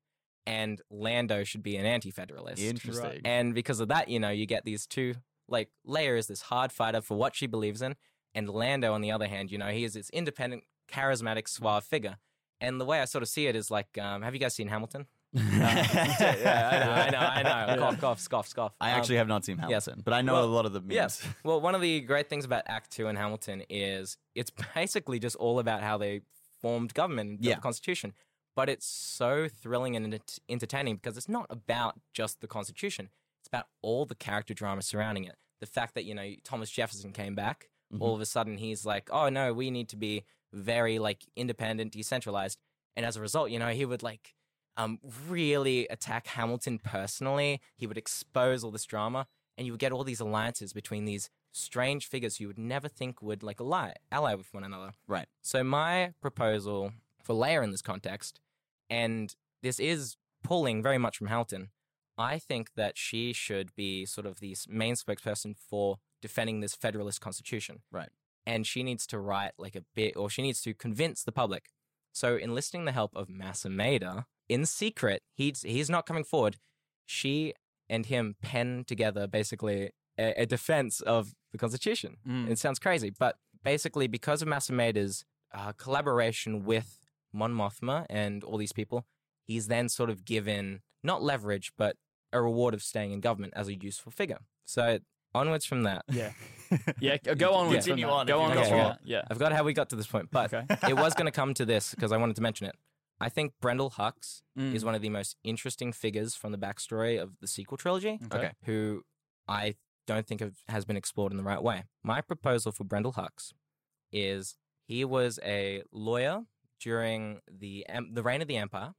and Lando should be an anti-Federalist.
interesting.
Right.
And because of that, you know, you get these two like Leia is this hard fighter for what she believes in, and Lando, on the other hand, you know, he is this independent, charismatic, suave figure. And the way I sort of see it is like, um, have you guys seen Hamilton? yeah, I know, I know, I know.
Yeah.
Cough, cough, scoff, scoff.
I
Um,
actually have not seen Hamilton, but I know
Well,
a lot of the memes.
yeah. well, one of the great things about Act Two in Hamilton is it's basically just all about how they formed government, and built
Yeah.
the Constitution. But it's so thrilling and ent- entertaining because it's not about just the Constitution; it's about all the character drama surrounding it. The fact that you know Thomas Jefferson came back, all of a sudden he's like, "Oh no, we need to be very like independent, decentralized," and as a result, you know, he would like. Um, really attack Hamilton personally. He would expose all this drama and you would get all these alliances between these strange figures you would never think would like ally ally with one another.
Right.
So my proposal for Leia in this context, and this is pulling very much from Hamilton, I think that she should be sort of the s- main spokesperson for defending this federalist constitution.
Right.
And she needs to write like a bit, or she needs to convince the public. So enlisting the help of Massameda in secret, he's he's not coming forward. She and him pen together basically a, a defense of the Constitution.
Mm.
It sounds crazy, but basically because of Massameda's uh, collaboration with Mon Mothma and all these people, he's then sort of given not leverage, but a reward of staying in government as a useful figure. So onwards from that.
mm, Yeah. Yeah, go- go on with
Continue
that.
on if
Go
you've
on
got
with
more.
that. Yeah.
I forgot how we got to this point, but
okay.
it was going to come to this because I wanted to mention it. I think Brendel Hux
Mm.
is one of the most interesting figures from the backstory of the sequel
Mm.
trilogy.
Okay.
who I don't think have, has been explored in the right way. My proposal for Brendel Hux is he was a lawyer during the em- the reign of the Empire.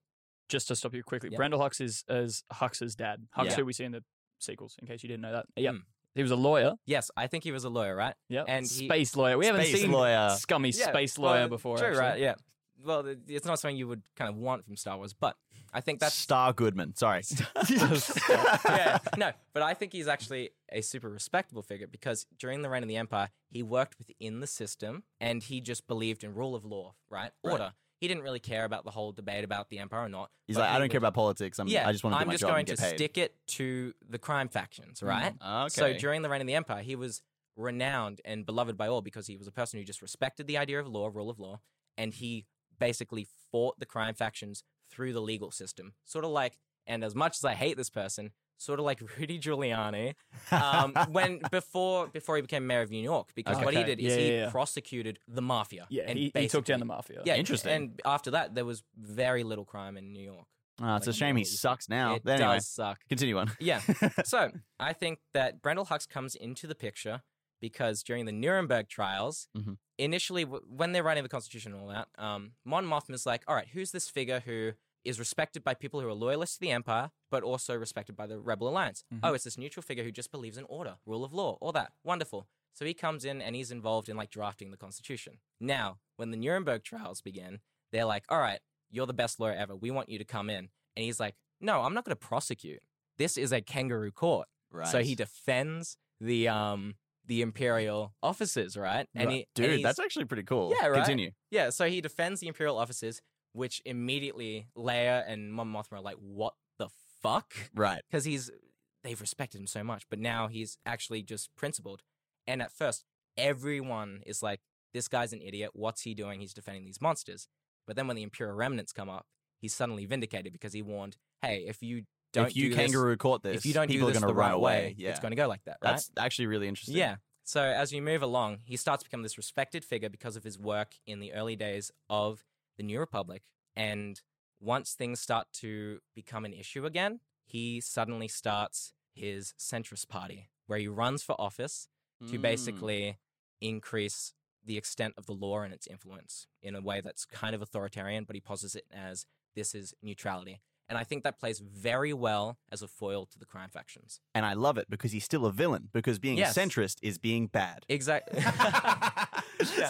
Just to stop you quickly,
Yeah.
Brendel Hux is, is Hux's dad. Hux,
Yeah.
who we see in the sequels, in case you didn't know that. Yeah.
Hmm.
He was a lawyer.
Yes, I think he was a lawyer, right?
Yeah.
And he-
space lawyer. We haven't
Space
seen
lawyer.
scummy
Yeah,
space
well,
lawyer before.
True,
actually.
right? Yeah. Well, th- it's not something you would kind of want from Star Wars, but I think that's
Star Goodman. Sorry.
yeah, no, but I think he's actually a super respectable figure because during the reign of the Empire, he worked within the system and he just believed in rule of law, right?
Right.
Order. He didn't really care about the whole debate about the Empire or not.
He's
but
like,
he
I don't
would-
care about politics. I'm,
yeah,
I just want to do
I'm
my
just
job
going
and get
to
paid.
stick it to the crime factions, right?
Okay.
So during the reign of the Empire, he was renowned and beloved by all because he was a person who just respected the idea of law, rule of law, and he basically fought the crime factions through the legal system. Sort of like, and as much as I hate this person, sort of like Rudy Giuliani, um, when before before he became mayor of New York, because what he
Okay.
did is
Yeah,
he
yeah, yeah.
prosecuted the mafia.
Yeah,
and
he, he took down
basically-
the mafia.
Yeah,
Interesting.
And after that, there was very little crime in New York.
Ah, it's a
like,
shame he
morally.
sucks now.
it
But anyway,
does suck.
continue on.
Yeah. so I think that Brendel Hux comes into the picture because during the Nuremberg trials,
Mhm.
initially w- when they're writing the Constitution and all that, um, Mon Mothma's like, all right, who's this figure who is respected by people who are loyalists to the Empire, but also respected by the Rebel Alliance?
Mhm.
Oh, it's this neutral figure who just believes in order, rule of law, all that. Wonderful. So he comes in and he's involved in like drafting the Constitution. Now, when the Nuremberg trials begin, they're like, all right, you're the best lawyer ever. We want you to come in. And he's like, no, I'm not going to prosecute. This is a kangaroo court.
Right.
So he defends the um the imperial officers, right?
Right.
he
Dude,
he's-
that's actually pretty cool.
Yeah, right?
Continue.
yeah. So he defends the imperial officers, which immediately Leia and Mon Mothma are like, "What the fuck?"
Right.
Because he's they've respected him so much, but now he's actually just principled. And at first, everyone is like, "This guy's an idiot. What's he doing? He's defending these monsters." But then when the imperial remnants come up, he's suddenly vindicated because he warned, "Hey, if you don't
if you
do this-
kangaroo caught this,
if you don't
people
do this
are going
the
to run
right
away.
way,
yeah.
it's going to go like that, right?
That's actually really interesting.
yeah. So as you move along, he starts to become this respected figure because of his work in the early days of the New Republic. And once things start to become an issue again, he suddenly starts his centrist party, where he runs for office to
Mm.
basically increase the extent of the law and its influence in a way that's kind of authoritarian, but he posits it as this is neutrality. And I think that plays very well as a foil to the crime factions.
And I love it because he's still a villain because being
Yes.
a centrist is being bad.
Exactly.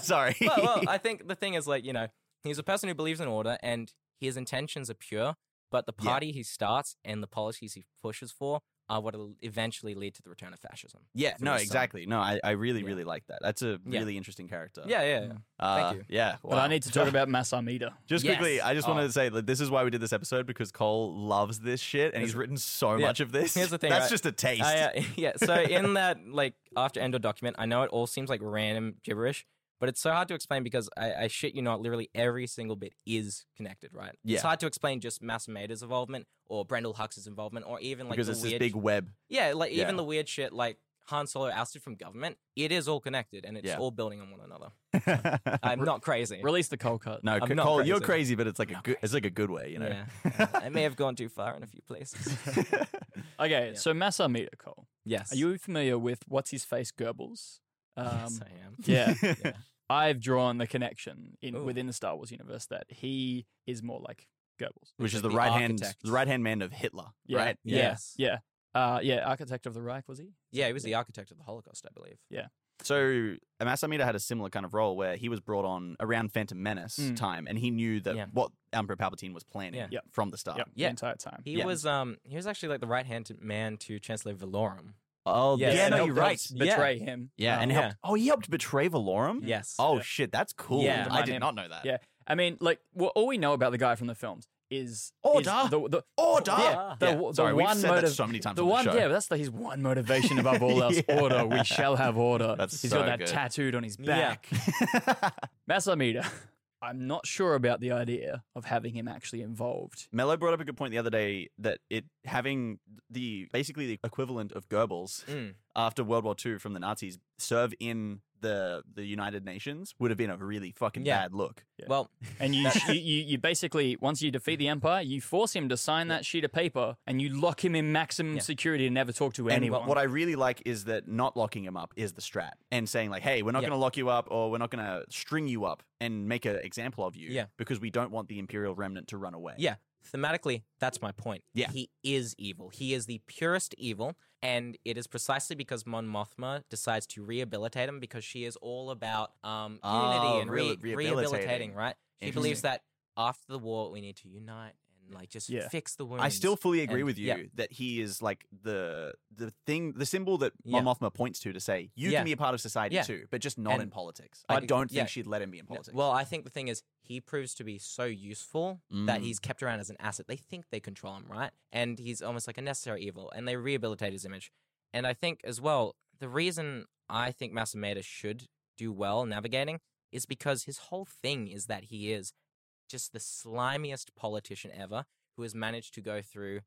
Sorry.
well, well, I think the thing is like, you know, he's a person who believes in order and his intentions are pure, but the
Yeah.
party he starts and the policies he pushes for are what will eventually lead to the return of fascism.
yeah,
for
no,
his son.
exactly. No, I, I really,
Yeah.
really like that. That's a
Yeah.
really interesting character.
Yeah, yeah. yeah.
Uh,
you.
Yeah.
But I
wow.
need to talk about Masamida.
Just
Yes.
quickly, I just wanted
Oh.
to say that this is why we did this episode because Cole loves this shit and he's
Here's-
written so
yeah.
much of this.
Here's the thing,
That's
right?
just a taste.
I, uh, yeah. So in that like after Endor document, I know it all seems like random gibberish, but it's so hard to explain because I, I shit you not, literally every single bit is connected, right?
Yeah.
It's hard to explain just Massamader's involvement or Brendel Hux's involvement or even like
because
the
it's this
weird
big web.
Yeah, like
Yeah.
even the weird shit like Han Solo ousted from government, it is all connected and it's
Yeah.
all building on one another.
no,
I'm not crazy.
Release the cold cut.
Cole,
I'm not
you're crazy,
crazy.
but it's like a
Not
good, it's like a good way, you know.
Yeah. I may have gone too far in a few places.
Okay,
Yeah.
so Masamida Cole.
yes.
Are you familiar with what's his face Goebbels? Um,
yes, I am.
Yeah,
Yeah.
I've drawn the connection in
Ooh.
within the Star Wars universe that he is more like Goebbels.
Which
He's
is the
like the
right hand,
architect.
the right hand man of Hitler,
Yeah.
right?
Yeah.
Yes.
Yeah. Uh, yeah, architect of the Reich was he?
Yeah, he was the architect of the Holocaust, I believe.
So Masamida had a similar kind of role where he was brought on around Phantom Menace
Mm.
time, and he knew that
Yeah.
what Emperor Palpatine was planning
Yeah.
Yeah.
from the start.
Yep,
Yeah.
the entire time.
He
Yeah.
was um he was actually like the right hand man to Chancellor Valorum.
Oh,
Yes.
yeah,
And
no,
helped-
you're right.
helped
Yeah.
Betray him.
Yeah,
Um,
and
yeah.
helped. Oh, he helped betray Valorum.
Yes.
Oh
Yeah.
shit, that's cool.
Yeah.
I
Undermine
did
him.
not know that.
Yeah. I mean, like, well, all we know about the guy from the films is
Order.
is the, the,
Order.
Yeah, the, the
Sorry,
one
we've said
motive,
that so many times
the
on
one,
the show.
yeah, but that's the, his one motivation above all else.
Yeah.
Order, we shall have order.
That's
He's
so
got that
good.
tattooed on his
Yeah.
back. Masamida, I'm not sure about the idea of having him actually involved.
Mello brought up a good point the other day that it having the basically the equivalent of Goebbels
Mm.
after World War II from the Nazis serve in the the United Nations would have been a really fucking
Yeah.
bad look.
Yeah.
Well,
And you, you, you, you basically, once you defeat the Empire, you force him to sign that sheet of paper and you lock him in maximum
Yeah.
security and never talk to
And
anyone.
what I really like is that not locking him up is the strat and saying like, "Hey, we're not
Yeah.
going to lock you up, or we're not going to string you up and make an example of you,
Yeah.
because we don't want the Imperial Remnant to run away."
Yeah. Thematically, that's my point.
Yeah.
He is evil. He is the purest evil. And it is precisely because Mon Mothma decides to rehabilitate him because she is all about um,
Oh,
unity and
re-
re-
rehabilitating.
rehabilitating. right? She believes that after the war, we need to unite and like just
Yeah.
fix the wounds.
I still fully agree
and-
with you
yeah.
that he is like the the thing, the symbol that
Yeah.
Mon Mothma points to to say you
Yeah.
can be a part of society
Yeah.
too, but just not in
And
politics.
I
I,
do-
don't think
yeah.
she'd let him be in
No,
politics.
Well, I think the thing is, he proves to be so useful that
Mm.
he's kept around as an asset. They think they control him, right? And he's almost like a necessary evil, and they rehabilitate his image. And I think as well, the reason I think Masameda should do well navigating is because his whole thing is that he is just the slimiest politician ever who has managed to go through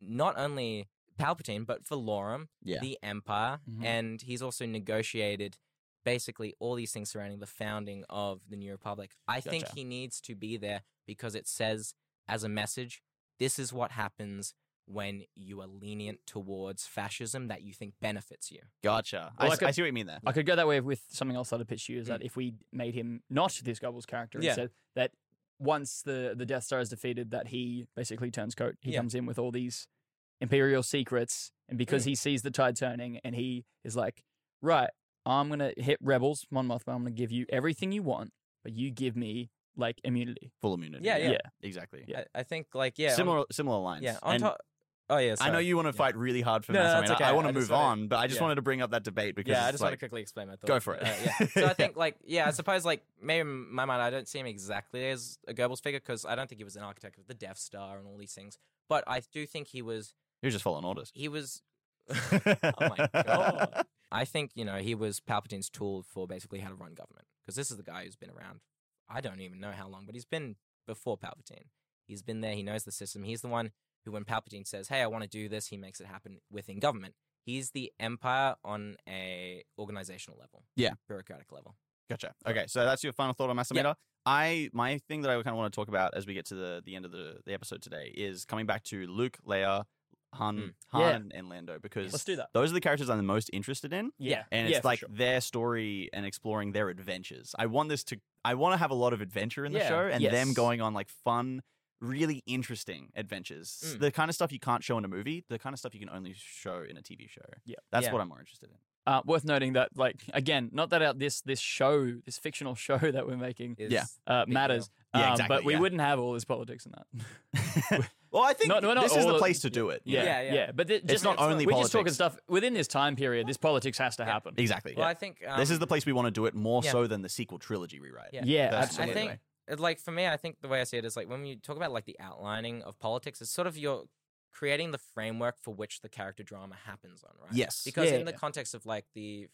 not only Palpatine, but Valorum,
Yeah.
the Empire,
Mhm.
and he's also negotiated basically all these things surrounding the founding of the New Republic. I think
Gotcha.
he needs to be there because it says as a message, this is what happens when you are lenient towards fascism that you think benefits you.
gotcha. I,
Well, I
s-
could-
I see what you mean there.
I could go that way with something else I'd pitch you is
Mm.
that if we made him not this Goebbels character and
Yeah.
said that once the, the Death Star is defeated, that he basically turns coat. He
Yeah.
comes in with all these Imperial secrets, and because he sees the tide turning, and he is like, right, I'm gonna hit rebels, Mon Mothma. I'm gonna give you everything you want, but you give me like immunity.
Full immunity.
Yeah, yeah.
exactly.
Yeah.
I, I think like yeah, on-
similar, similar lines.
yeah, on
And
top. Oh yeah,
I know
sorry.
you want to
Yeah.
fight really hard for
No, no,
Masamune.
that's okay.
I want to
I just
move
wanted-
on, but I just
yeah.
wanted to bring up that debate because
yeah, I
it's
just
like,
want to quickly explain my thought.
go for it.
Uh, yeah. So I think like yeah, I suppose like maybe in my mind I don't see him exactly as a Goebbels figure because I don't think he was an architect of the Death Star and all these things. But I do think he was
you're just following orders.
he was
oh
my God. I think you know he was Palpatine's tool for basically how to run government because this is the guy who's been around. I don't even know how long, but he's been before Palpatine. He's been there. He knows the system. He's the one who, when Palpatine says, "Hey, I want to do this," he makes it happen within government. He's the Empire on a organizational level,
Yeah.
bureaucratic level.
Gotcha. Okay, so that's your final thought on Masameda. I my thing that I kind of want to talk about as we get to the the end of the, the episode today is coming back to Luke, Leia, Han,
Mm.
Han,
Yeah.
and, and Lando because
Let's do that.
those are the characters I'm the most interested in,
Yeah,
and
yeah,
it's
for
like
sure.
their story and exploring their adventures. I want this to I want to have a lot of adventure in the
Yeah.
show and them
Yes.
going on like fun, really interesting adventures.
Mm.
The kind of stuff you can't show in a movie, the kind of stuff you can only show in a TV show.
Yeah.
that's
Yeah.
what I'm more interested in.
Uh, worth noting that, like, again, not that out this this show, this fictional show that we're making,
Is
Yeah.
uh,
big
matters.
Yeah,
um,
exactly,
but we
yeah.
wouldn't have all this politics in that.
Well, I think
Not- not
this is
all
the
of-
place to do it.
Yeah, yeah,
Yeah, yeah.
But th- just,
not only
we're just talking
politics.
stuff within this time period. This politics has to
Yeah.
happen.
exactly.
Well, I think um,
this is the place we want to do it more
yeah.
so than the sequel trilogy rewrite.
Yeah.
Yeah,
That's-
I
absolutely.
think it- like for me, I think the way I see it is like when you talk about like the outlining of politics, it's sort of you're creating the framework for which the character drama happens on, right?
Yes.
Because
Yeah,
in the
yeah.
context of like the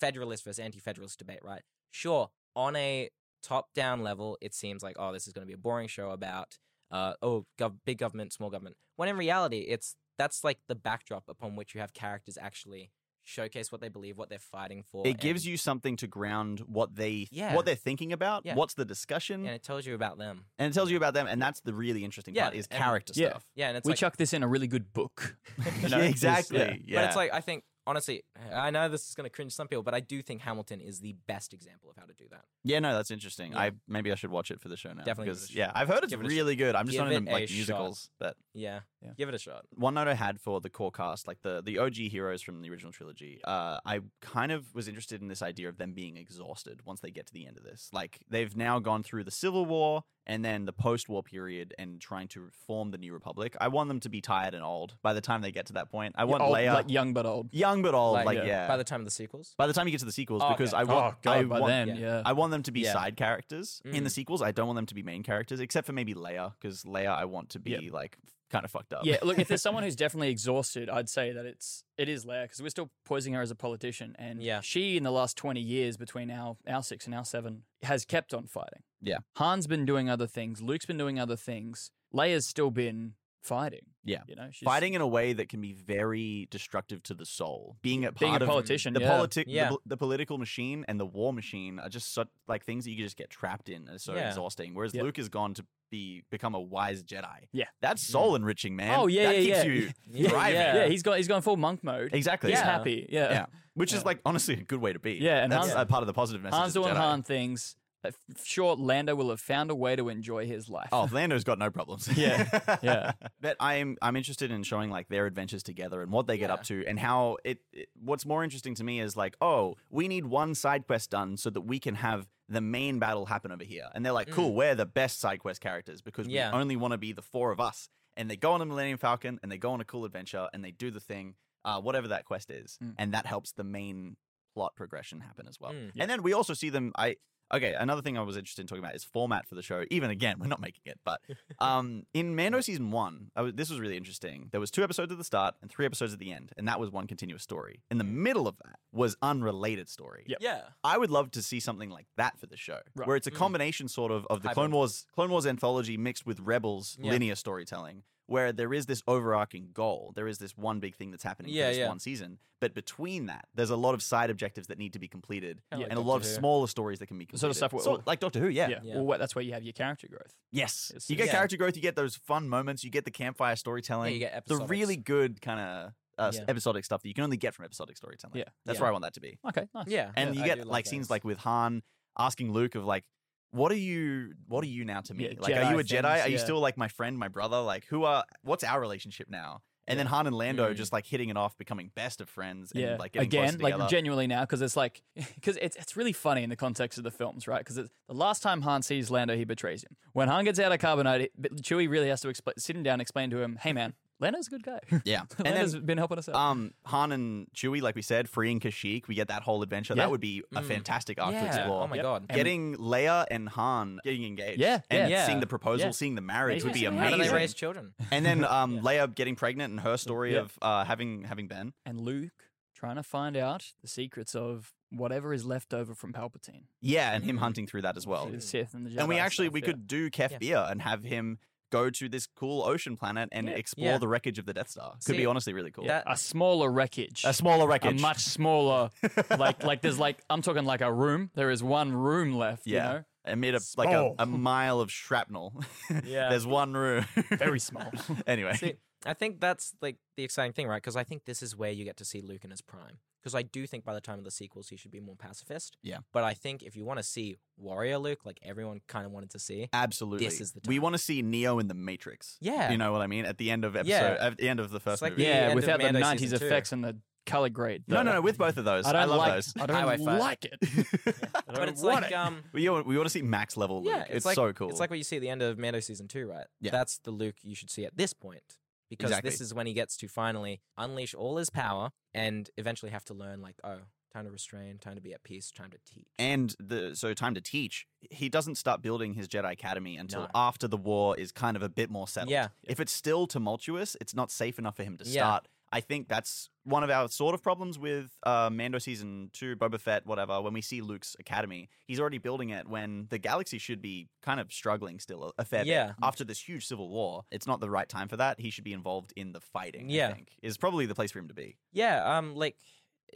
federalist versus anti-federalist debate, right? Sure, on a top-down level, it seems like oh, this is going to be a boring show about uh, oh, gov- big government, small government. When in reality, it's that's like the backdrop upon which you have characters actually showcase what they believe, what they're fighting for.
It gives
and-
you something to ground what they
Yeah.
what they're thinking about,
Yeah.
what's the discussion,
and it tells you about them.
and it tells you about them, and that's the really interesting
Yeah,
part is
and-
character
Yeah.
stuff.
Yeah, and it's
we
like,
chuck this in a really good book. You know,
yeah,
this-
exactly.
yeah.
yeah.
But it's like I think honestly, I know this is going to cringe some people, but I do think Hamilton is the best example of how to do that.
yeah, no, that's interesting.
Yeah.
I maybe I should watch it for the show now.
Definitely
because
give it a
yeah, I've heard it's
Give it a
really good. I'm just
Give
not into
it
like
a
musicals, but
Yeah.
Yeah.
Give it a shot.
one note I had for the core cast, like the the OG heroes from the original trilogy, uh, I kind of was interested in this idea of them being exhausted once they get to the end of this. Like they've now gone through the Civil War and then the post-war period and trying to form the New Republic. I want them to be tired and old by the time they get to that point. I want
old,
Leia
like young but old.
young but old, like,
Like,
yeah.
By the time of the sequels.
time you get to the sequels,
Oh,
because
okay.
I want
oh God,
I
by
want
then,
yeah.
yeah.
I want them to be
Yeah.
side characters in the
Mm.
sequels. I don't want them to be main characters, except for maybe Leia, because Leia I want to be
Yep.
like kind of fucked up.
yeah, look, if there's someone who's definitely exhausted, I'd say that it's it is Leia because we're still poising her as a politician, and
Yeah.
she in the last twenty years between our our six and our seven has kept on fighting.
Yeah.
Han's been doing other things. Luke's been doing other things. Leia's still been fighting.
Yeah.
you know, she's,
fighting in a way that can be very destructive to the soul. Being a part
being a
of
politician.
the
yeah.
politi-
Yeah.
the, the political machine and the war machine are just so, like things that you just get trapped in. It's so
Yeah.
exhausting. Whereas
Yeah.
Luke has gone to be become a wise Jedi.
Yeah.
that's soul enriching, man.
Oh, yeah,
that
yeah,
keeps
yeah.
you
Yeah, Mm.
thriving.
yeah. he's got he's gone full monk mode.
exactly.
He's
Yeah.
happy. Yeah.
Yeah. Which is
Yeah.
like honestly a good way to be.
Yeah, and
that's
Han's-
a part of the positive message.
Han's
of
doing
Jedi.
Han things. Uh, f- Sure, Lando will have found a way to enjoy his life.
Oh, Lando's got no problems.
Yeah, yeah.
But I'm I'm interested in showing like their adventures together and what they get
Yeah.
up to and how it, it. What's more interesting to me is like, oh, we need one side quest done so that we can have the main battle happen over here. And they're like,
Mm.
cool, we're the best side quest characters because
Yeah.
we only want to be the four of us. And they go on a Millennium Falcon and they go on a cool adventure and they do the thing, uh, whatever that quest is,
Mm.
and that helps the main plot progression happen as well.
Mm.
Yeah.
And then we also see them. I okay. Another thing I was interested in talking about is format for the show. Even again, we're not making it, but um, in Mando season one, I was, this was really interesting. There was two episodes at the start and three episodes at the end, and that was one continuous story. In the
Mm.
middle of that was unrelated story.
Yep.
Yeah.
I would love to see something like that for the show,
Right.
where it's a
Mm.
combination sort of of the
Hybrid.
Clone Wars Clone Wars anthology mixed with Rebels
Yeah.
linear storytelling, where there is this overarching goal, there is this one big thing that's happening
Yeah,
for this
yeah.
one season, but between that, there's a lot of side objectives that need to be completed,
Kinda
Yeah,
like
and a
Doctor
lot of
Who.
smaller stories that can be
The
completed.
sort of stuff where-
Sort like Doctor Who, yeah.
yeah.
Yeah.
Well, wha- that's where you have your character growth.
Yes,
It's-
you get
yeah.
character growth, you get those fun moments, you get the campfire
Yeah,
storytelling,
you get
the really
episodics.
good kind of. Uh, s-
Yeah.
episodic stuff that you can only get from episodic storytelling.
Yeah.
that's
Yeah.
where I want that to be
Okay, nice.
yeah,
and
yeah,
you
I
get
do
like
love
scenes
those.
like with Han asking Luke of like, "What are you? What are you now to me?
Yeah,
like,
Jedi
are you a
things,
Jedi? Are you
yeah.
still like my friend, my brother? Like, who are? What's our relationship now?" And then Han and Lando
Mm.
just like hitting it off, becoming best of friends, and
yeah
like getting
again
closer
like
together.
genuinely now because it's like because it's, it's really funny in the context of the films right because the last time han sees lando he betrays him when han gets out of carbonite it, but chewie really has to expl- sit him down and explain to him hey man lando's a good guy
yeah, and
lando's
then.
been helping us out
Um, Han and Chewie, like we said, freeing Kashyyyk, we get that whole adventure.
Yeah.
That would be a
Mm.
fantastic arc to
yeah.
explore.
Oh my
Yep.
god.
And-
Getting Leia and Han getting engaged,
Yeah,
and
yeah.
seeing the proposal,
Yeah.
seeing the marriage would be
Yeah.
amazing.
How do they
amazing.
raise children?
And then um, Leia getting pregnant and her story
Yeah.
of uh, having having Ben.
and luke trying to find out the secrets of whatever is left over from palpatine
Yeah, and
Mm-hmm.
him hunting through that as well.
through the Sith and the Jedi
And we actually
stuff,
we
yeah.
could do Kef
Yeah.
Beer and have him go to this cool ocean planet and
Yeah.
explore
Yeah.
the wreckage of the Death Star. Could be
See,
honestly really cool.
that-
a smaller wreckage
a smaller
a
wreckage.
much smaller like like there's like i'm talking like a room there is one room left
Yeah.
you know
Amid a, like a,
Small.
a mile of shrapnel.
Yeah.
There's one room.
very small
anyway.
See, I think that's like the exciting thing, right? Because I think this is where you get to see Luke in his prime. Because I do think by the time of the sequels, he should be more pacifist.
Yeah.
But I think if you want to see warrior Luke, like everyone kind of wanted to see,
Absolutely.
This is the
We
time.
want to see Neo in the Matrix.
yeah,
You know what I mean? At the end of episode
Yeah.
at the end of the first
like
movie.
the end
yeah
of
without the
Mando
90s
season two.
effects and the color grade
No,
though.
no, no, with both of those.
I don't
love
like
those.
I don't
Highway five.
like it. I don't
but it's
want
like
it.
um,
we, want- we want to see max level Luke.
yeah,
it's,
like,
so cool.
It's like what you see at the end of Mando season two, right?
Yeah.
that's the Luke you should see at this point because
Exactly.
this is when he gets to finally unleash all his power and eventually have to learn, like, oh, time to restrain, time to be at peace, time to teach.
and the so time to teach he doesn't start building his jedi academy until
No.
after the war is kind of a bit more settled
Yeah.
if it's still tumultuous it's not safe enough for him to
Yeah.
start i think that's one of our sort of problems with uh, mando season 2 boba fett whatever when we see luke's academy he's already building it when the galaxy should be kind of struggling still a, a fair
Yeah.
bit after this huge civil war it's not the right time for that he should be involved in the fighting i
Yeah.
think is probably the place for him to be
Yeah, um, like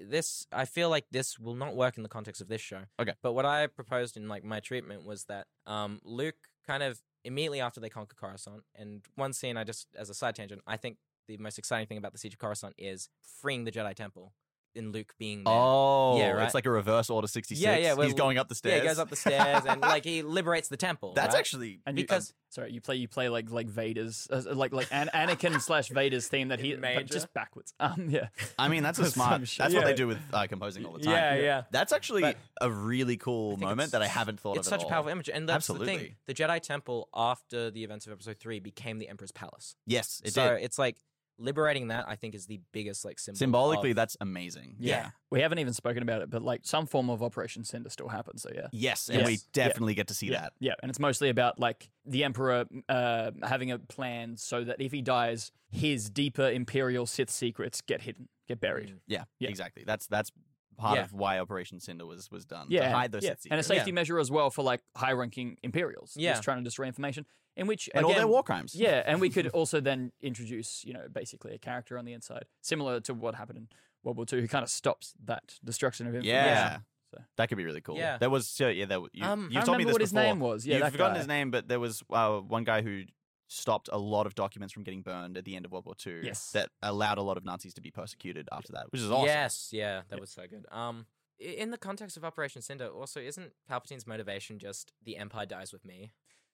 this, I feel like this will not work in the context of this show.
Okay.
But what I proposed in like my treatment was that um, Luke kind of immediately after they conquer Coruscant, and one scene I just as a side tangent, I think the most exciting thing about the siege of Coruscant is freeing the Jedi Temple and Luke being there.
oh
Yeah, right.
it's like a reverse order 66
Yeah, yeah,
he's
well,
going up the
yeah,
stairs
he goes up the stairs and like he liberates the temple.
that's
right?
actually
And
because
you, um, sorry, you play you play like like Vader's uh, like like An- Anakin slash Vader's theme that he but
Major.
just backwards. Um, yeah,
I mean, that's a
Some
smart.
shit.
That's what they
Yeah.
do with uh, composing all the time.
yeah, yeah.
That's actually
But-
a really cool
think
moment
it's-
that I haven't thought
It's
of. at
such a
all.
powerful image, and that's the
Absolutely.
thing. The Jedi Temple, after the events of Episode Three, became the Emperor's Palace.
Yes, it
so
did.
it's like liberating that. I think is the biggest like symbol.
Symbolically,
of-
that's amazing.
Yeah.
we haven't even spoken about it, but like some form of Operation Cinder still happens. So yeah,
Yes, and we
Yes. Yeah.
definitely get to see
yeah,
that.
yeah, and it's mostly about like the Emperor uh, having a plan so that if he dies, his deeper Imperial Sith secrets get hidden, get buried.
Mm.
Yeah,
Yeah.
exactly. That's that's part
Yeah.
of why Operation Cinder was was done.
yeah,
um, to hide those
yeah.
Sith
and a
secrets.
safety measure as well for like high-ranking Imperials.
Yeah.
just trying to destroy information. In which
and all
again,
their war crimes.
Yeah, and we could also then introduce, you know, basically a character on the inside, similar to what happened in World War II, who kind of stops that destruction of information.
yeah.
So-
That could be really cool.
Yeah.
There was so yeah. There you,
Um,
you
I
told me
remember
this
what his
before.
name was. Yeah,
You've
that
forgotten
guy.
his name, but there was uh, one guy who stopped a lot of documents from getting burned at the end of World War II.
Yes.
that allowed a lot of Nazis to be persecuted after that, which is awesome.
Yes, yeah, that was so good. Um, I- In the context of Operation Cinder, also isn't Palpatine's motivation just the Empire dies with me?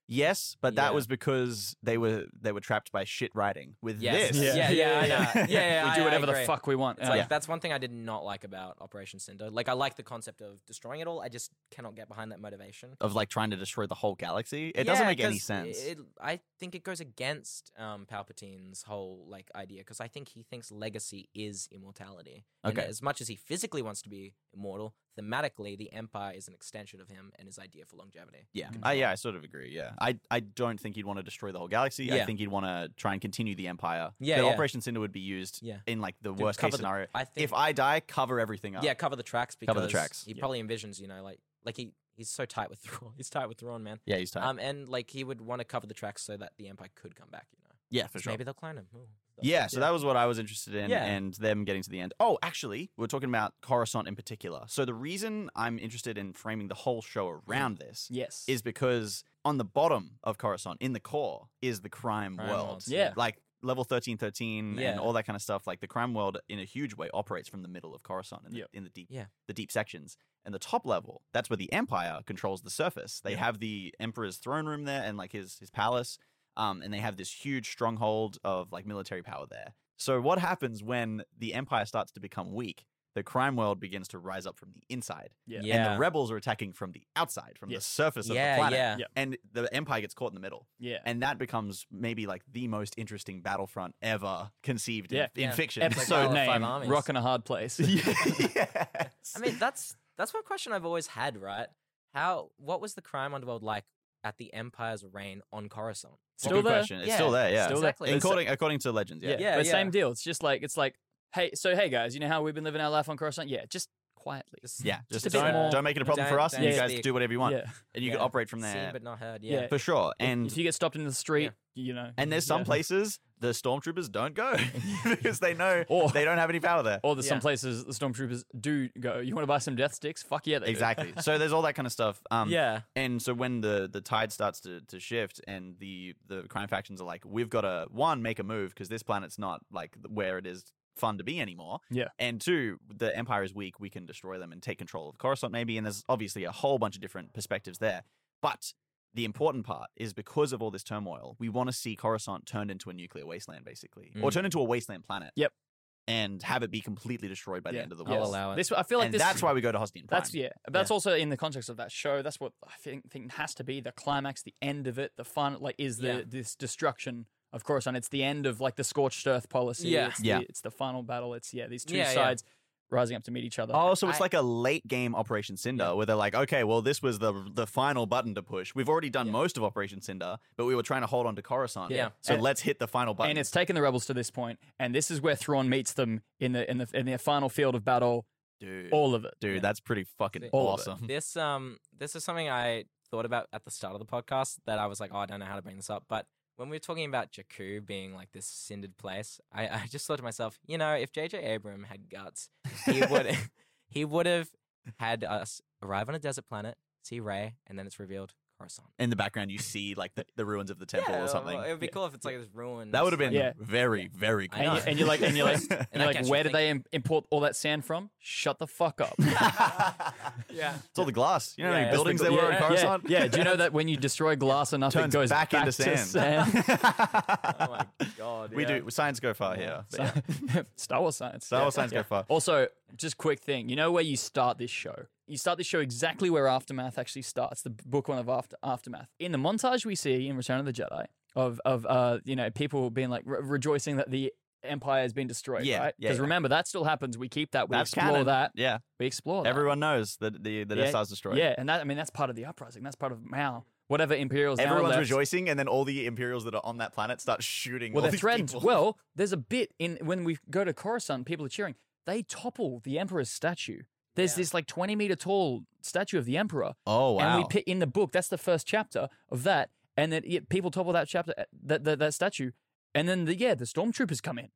Yes, but that
Yeah.
was because they were they were trapped by shit writing. With
Yes.
this,
Yeah.
Yeah, yeah, I know. yeah, yeah.
we
I-
do
I
whatever the
agree.
fuck we want. Uh,
It's
Oh,
Yeah.
like that's one thing I did not like about Operation Cinder. Like I like the concept of destroying it all. I just cannot get behind that motivation.
of like trying to destroy the whole galaxy, it doesn't
Yeah,
make any
'cause
sense.
It, I think it goes against um, Palpatine's whole like idea because I think he thinks legacy is immortality. And
Okay.
as much as he physically wants to be immortal, thematically the Empire is an extension of him and his idea for longevity.
yeah,
Mm.
I, yeah, I sort of agree. Yeah, I I don't think you'd want to destroy the whole galaxy. I
Yeah.
think you'd want to try and continue the empire.
Yeah,
But
yeah.
Operation Cinder would be used
Yeah.
in like the
To
worst
cover
case
the-
scenario.
I think
if I die, cover everything up.
yeah, cover the tracks because
Cover the tracks.
he
Yeah.
probably envisions you know like like he he's so tight with Thrawn. He's tight with Thrawn, man.
yeah, he's tight.
Um, and like he would want to cover the tracks so that the Empire could come back. You know,
yeah, for
'Cause
sure.
maybe they'll clone him. Ooh.
Yeah, so that was what I was interested in,
Yeah.
and them getting to the end. Oh, actually, we are talking about Coruscant in particular. So the reason I'm interested in framing the whole show around this
yes.
is because on the bottom of Coruscant, in the core, is the crime,
Crime
world.
world,
yeah.
Like level 1313
Yeah.
and all that kind of stuff. Like the crime world, in a huge way, operates from the middle of Coruscant in the,
Yep.
in the deep,
Yeah.
the deep sections. And the top level, that's where the Empire controls the surface. They
Yeah.
have the Emperor's throne room there and like his his palace, um, and they have this huge stronghold of like military power there. So what happens when the Empire starts to become weak? The crime world begins to rise up from the inside,
Yeah.
and the rebels are attacking from the outside, from
Yes.
the surface of the
yeah,
planet
yeah,
Yeah.
and the empire gets caught in the middle
yeah.
and that becomes maybe like the most interesting battlefront ever conceived
Yeah.
in, in
Yeah.
fiction
Epic
Episode
so
Battle of Five
name,
Armies.
rocking a hard place.
yes.
I mean, that's that's one question I've always had, right? How what was the crime underworld like at the Empire's reign on Coruscant?
it's a
still
good
there.
question it's
Yeah,
still there yeah
still there.
exactly.
And Cor-
according, according to legends yeah,
Yeah,
Yeah,
but
yeah.
same deal. It's just like it's like, hey, so hey guys, you know how we've been living our life on Coruscant? Yeah, just quietly.
Just-
Yeah,
just
just,
a bit
don't,
more-
don't make it a problem for
don't-
us and
don't
you guys
speak.
do whatever you want
Yeah.
and you can
Yeah.
operate from
Seen
there
but not heard.
Yeah.
Yeah,
for sure
If-
and
if, you get stopped into the street, you know,
and there's some
yeah.
places the stormtroopers don't go because they know
Or-
they don't have any power there
or there's some
Yeah.
places the stormtroopers do go. You want to buy some death sticks? Fuck yeah, they do."
exactly so there's all that kind of stuff um
yeah,
And so when the the tide starts to, to shift and the the crime factions are like, we've got to one make a move because this planet's not like th- where it is fun to be anymore.
Yeah.
And two, the empire is weak. We can destroy them and take control of Coruscant maybe. And there's obviously a whole bunch of different perspectives there. But the important part is because of all this turmoil, we want to see Coruscant turned into a nuclear wasteland basically, or
Mm.
turned into a wasteland planet.
Yep.
And have it be completely destroyed by the
Yeah.
end of the
I'll
world.
allow it.
This I feel like
and
this.
that's why we go to Hostian Prime.
That's yeah. But That's also in the context of that show. That's what I think, think has to be the climax, the end of it, the fun. Like is the
Yeah.
this destruction of Coruscant. It's the end of like the scorched earth policy.
Yeah.
it's
Yeah.
The, it's the final battle. It's yeah. These two
Yeah, yeah.
sides rising up to meet each other.
Oh, so it's
I-
like a late game Operation Cinder where they're like, okay, well, this was the the final button to push. We've already done
Yeah.
most of Operation Cinder, but we were trying to hold on to Coruscant.
Yeah.
So
And-
let's hit the final button.
and it's taken the rebels to this point, and this is where Thrawn meets them in the in the in their final field of battle.
dude,
All of it.
dude,
Yeah.
that's pretty fucking
All
of it.
awesome.
this um this is something I thought about at the start of the podcast that I was like, oh, I don't know how to bring this up, but. When we were talking about Jakku being like this cindered place, I, I just thought to myself, you know, if JJ Abram had guts, he would he would have had us arrive on a desert planet, see Ray, and then it's revealed Coruscant.
In the background, you see like the, the ruins of the temple
Yeah,
or something.
well, It would be
Yeah.
cool if it's like this ruin.
that would have been
Yeah.
very, very cool.
I
And, you,
know.
and you're like, and you're like, and
I
you're like,
catch
where
you
did they im- import all that sand from? Shut the fuck up.
Yeah.
It's all the glass. You know how
Yeah,
many
yeah.
buildings there
Yeah,
were in
yeah,
Coruscant?
Yeah, do you know that when you destroy glass enough,
Turns
it goes
back, into
to
sand.
sand?
Oh my god.
We
yeah.
do. Science go far here. but yeah.
Star Wars science.
Star Wars science go far.
Also, just quick thing. You know where you start this show? You start this show exactly where Aftermath actually starts, the book one of After- Aftermath. In the montage we see in Return of the Jedi of of uh, you know, people being like re- rejoicing that the empire has been destroyed,
Yeah,
right?
yeah,
Because
yeah.
remember that still happens. We keep that, we
That's
explore
canon.
that.
Yeah.
We explore that.
Everyone knows that the, the Death
Yeah.
Star's destroyed.
Yeah, and that I mean that's part of the uprising. That's part of Mao. Whatever Imperials. now
Everyone's
left-
rejoicing, and then all the Imperials that are on that planet start shooting.
Well,
all
they're
these
threatened.
people.
Well, there's a bit in when we go to Coruscant, people are cheering. They topple the Emperor's statue. There's
Yeah.
this like 20 meter tall statue of the Emperor,
oh
and we pick in the book. That's the first chapter of that, and then yeah, people topple that chapter, uh, that that, that statue, and then the, yeah, the stormtroopers come in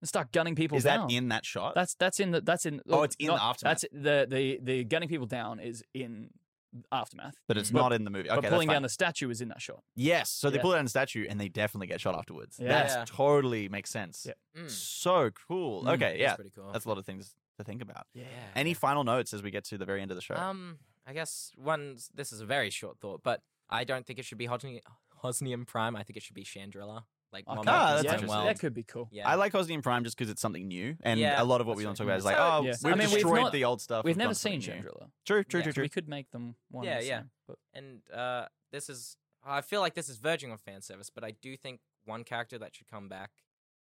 and start gunning people
is
down.
that in that shot?
That's that's in the that's in.
Oh, it's in the
That's the the the gunning people down is in aftermath.
but it's
Mm.
not in the movie. Okay,
but pulling down the statue is in that shot.
yes. So they
Yeah.
pull down a statue, and they definitely get shot afterwards.
Yeah.
That's
Yeah.
totally makes sense.
Yeah.
Mm,
So cool.
Mm.
Okay,
that's
yeah,
pretty cool.
that's a lot of things to think about.
Yeah.
Any final notes as we get to the very end of the show?
Um, I guess one. This is a very short thought, but I don't think it should be Hosni- Hosnian Prime. I think it should be Chandrilla. Like
Okay.
Monarch
Ah,
and
that's
yeah,
Prime
interesting.
World.
that could be cool.
Yeah.
I like Hosnian Prime just because it's something new, and
Yeah,
a lot of what
that's
we don't
right.
talk about is
It's
like,
not-
oh,
yeah.
we've
I mean, we've
destroyed
not-
the old stuff.
We've
done
never
something
seen
new.
Chandrilla.
True, true,
Yeah,
true,
So
true.
we could make them one.
Yeah,
the
yeah.
same, But
and uh, this is I feel like this is verging on fan service, but I do think one character that should come back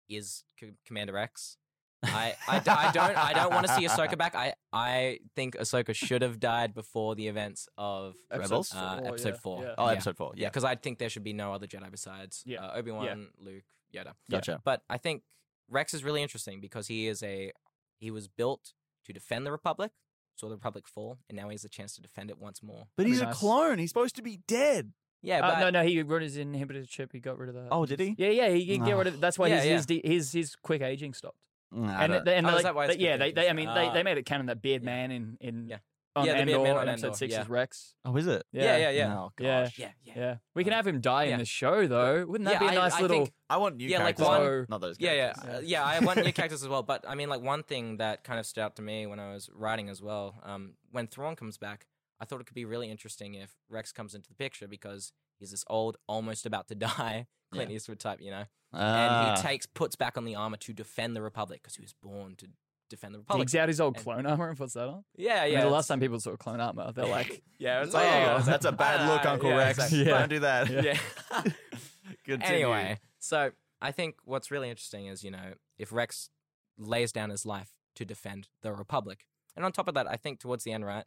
is C- Commander X. I, I, d- I don't I don't want to see Ahsoka back. I, I think Ahsoka should have died before the events of
Episode
Rebels?
four,
uh, episode
yeah,
four.
yeah.
Oh,
Yeah.
episode four. Yeah,
Yeah, because I think there should be no other Jedi besides
Yeah.
uh, Obi Wan, Luke, Yoda.
Yeah.
gotcha.
But I think Rex is really interesting because he is a he was built to defend the Republic, saw the Republic fall, and now he has a chance to defend it once more.
But
That'd be
he's a
nice.
clone. He's supposed to be dead.
Yeah,
Uh,
but
no, no, he wrote his inhibitor chip. He got rid of that.
Oh, did he?
Yeah, yeah, he can get rid of. That's why
Yeah,
his,
yeah.
his de- his his quick aging stopped.
Mm, I
and
don't-
they- and
Oh, is
like,
that why
they-
it's
yeah,
quick
they, they I
aging?
mean they,
Ah.
they made it canon that Beard
Yeah.
Man in in
Yeah.
on
Yeah, the Beard
Andor
Man on
in episode
Andor,
six
yeah.
is Rex.
oh, is it?
Yeah,
yeah, yeah, yeah.
Oh
Yeah.
gosh.
Yeah, yeah.
yeah. We can have him die
Yeah.
in the show though. Wouldn't that
Yeah,
be a nice
I, I
little?
think,
I want new
Yeah, like
characters.
one-
not those.
yeah, yeah,
characters.
uh, yeah. I want new characters as well, but I mean, like one thing that kind of stood out to me when I was writing as well, um, when Thrawn comes back, I thought it could be really interesting if Rex comes into the picture because he's this old, almost about to die Clint Eastwood type, you know,
Ah.
and he takes puts back on the armor to defend the Republic because he was born to defend the Republic.
Digs out his old
and-
clone armor and puts that on. I
Yeah,
mean, the
yeah. it's-
last time people saw clone armor, they're like,
yeah,
Oh,
it's like, yeah, it's
that's a
like,
bad look,
ah,
Uncle
yeah,
Rex.
exactly.
Don't do that.
yeah.
Continue.
anyway, so I think what's really interesting is, you know, if Rex lays down his life to defend the Republic. And on top of that, I think towards the end, right,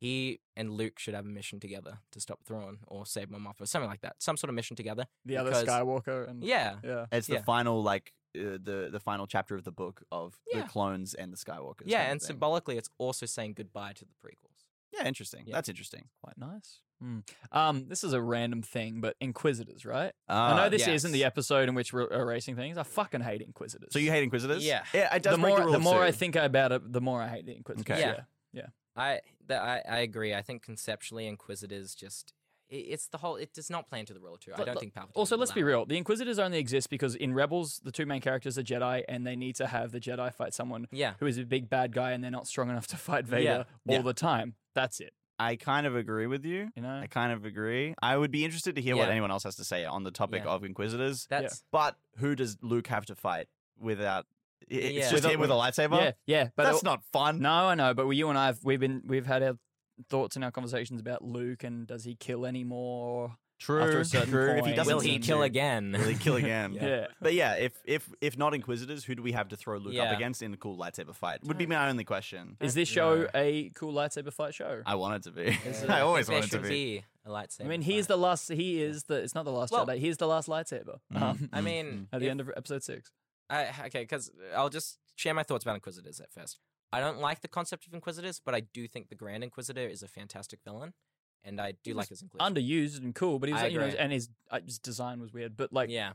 he and Luke should have a mission together to stop Thrawn or save Mom Mothma or something like that. Some sort of mission together.
the other
Because-
Skywalker and
Yeah.
yeah.
it's the
yeah.
final like uh, the the final chapter of the book of the
Yeah.
clones and the Skywalkers.
yeah,
kind of
and
thing.
symbolically, it's also saying goodbye to the prequels.
Yeah, interesting.
Yeah.
That's interesting.
Quite nice. Hmm. Um, this is a random thing, but Inquisitors, right?
Ah,
I know this isn't the
yes.
episode in which we're erasing things. I fucking hate Inquisitors.
So you hate Inquisitors?
Yeah.
Yeah, it does
the
break
more
the, rule
the
of
more I
two.
think about it, the more I hate the Inquisitors.
Okay.
Yeah.
Yeah. I, that I, I agree. I think conceptually, Inquisitors just. i it's the whole. It does not play into the rule of two. I
But
don't
l-
think Palpatine.
Also,
would
let's be
allow it.
real. The Inquisitors only exist because in Rebels, the two main characters are Jedi, and they need to have the Jedi fight someone
Yeah.
who is a big bad guy, and they're not strong enough to fight Vader
Yeah.
all
Yeah.
the time. That's it.
I kind of agree with you.
You know.
I kind of agree. I would be interested to hear what
Yeah.
anyone else has to say on the topic
Yeah.
of Inquisitors.
That's.
But who does Luke have to fight without? i- It's
Yeah.
just him with a lightsaber.
yeah, yeah. But
That's not fun.
no, I know. But you and I, have, we've been we've had our thoughts and our conversations about Luke and does he kill anymore?
True.
After a certain
true. If he
point.
doesn't
Will he
seem
kill
to.
again?
Will he kill again?
Yeah.
But yeah, if if if not Inquisitors, who do we have to throw Luke
Yeah.
up against in a cool lightsaber fight? Would be my only question.
Is this show
No.
a cool lightsaber fight show?
I want it to be.
Is it-
I always
think
want it to
there
be.
should a lightsaber.
I mean, he is the last. He is the. It's not the last
Well-
Jedi. He is the last lightsaber.
Mm,
Um,
I
mm,
mean,
at the
if-
end of episode six.
I, okay, because I'll just share my thoughts about Inquisitors at first. I don't like the concept of Inquisitors, but I do think the Grand Inquisitor is a fantastic villain, and I do
He
like
was
his inclusion.
underused and cool, but he was
I
you know,
agree.
and his uh, his design was weird, but like,
yeah,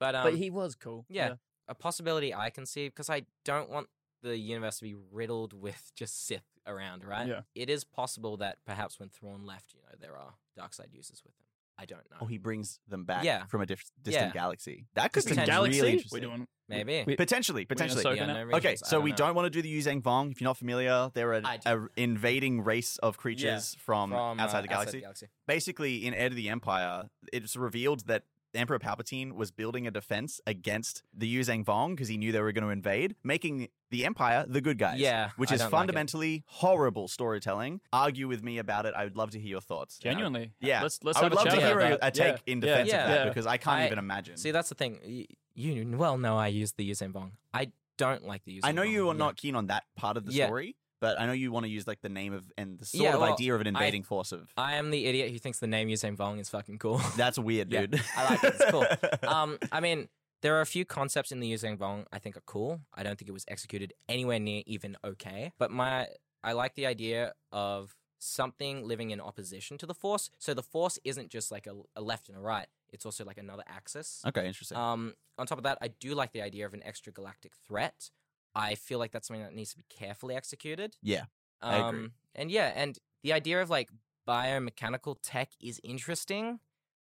but um,
but he was cool.
yeah. a possibility I can see because I don't want the universe to be riddled with just Sith around, right?
Yeah.
It is possible that perhaps when Thrawn left, you know, there are dark side users with him. I don't know.
Oh, he brings them back
Yeah.
from a diff- distant
Yeah.
galaxy. That could be
Distant
really
galaxy?
interesting. uh,
We're doing
Maybe.
we-
potentially, potentially.
so-
Yeah,
Ahsoka
no
now?
Okay,
reasons, I
so we
know.
don't want to do the Yuzang Vong. If you're not familiar, they're an
I do.
a invading race of creatures from,
From, uh,
outside the galaxy.
galaxy.
Basically, in Heir to the Empire, it's revealed that Emperor Palpatine was building a defense against the Yuzang Vong because he knew they were going to invade, making the Empire the good guys.
Yeah,
Which
I
is
don't like it.
fundamentally horrible storytelling. Argue with me about it. I would love to hear your thoughts. And I-
genuinely.
Yeah.
let's let's
I
have
would love
a
to
chat
hear a,
about-
a take
yeah,
in defense
yeah,
of that
yeah.
because I can't
I-
even imagine.
See, that's the thing. Y- You well know I use the Yuzan Vong. I don't like the Yuzan
I know
Vong.
you are
Yeah.
not keen on that part of the
Yeah.
story, but I know you want to use like the name of and the sort
Yeah,
of
well,
idea of an invading force of.
I am the idiot who thinks the name Yuzan Vong is fucking cool.
That's weird,
Yeah,
dude.
I like it. It's cool. um, I mean, there are a few concepts in the Yuzang Vong I think are cool. I don't think it was executed anywhere near even okay. But my, I like the idea of something living in opposition to the Force. So the Force isn't just like a, a left and a right. It's also like another axis.
okay, interesting.
Um, on top of that, I do like the idea of an extra galactic threat. I feel like that's something that needs to be carefully executed.
Yeah,
Um,
I agree.
And yeah, and the idea of like biomechanical tech is interesting.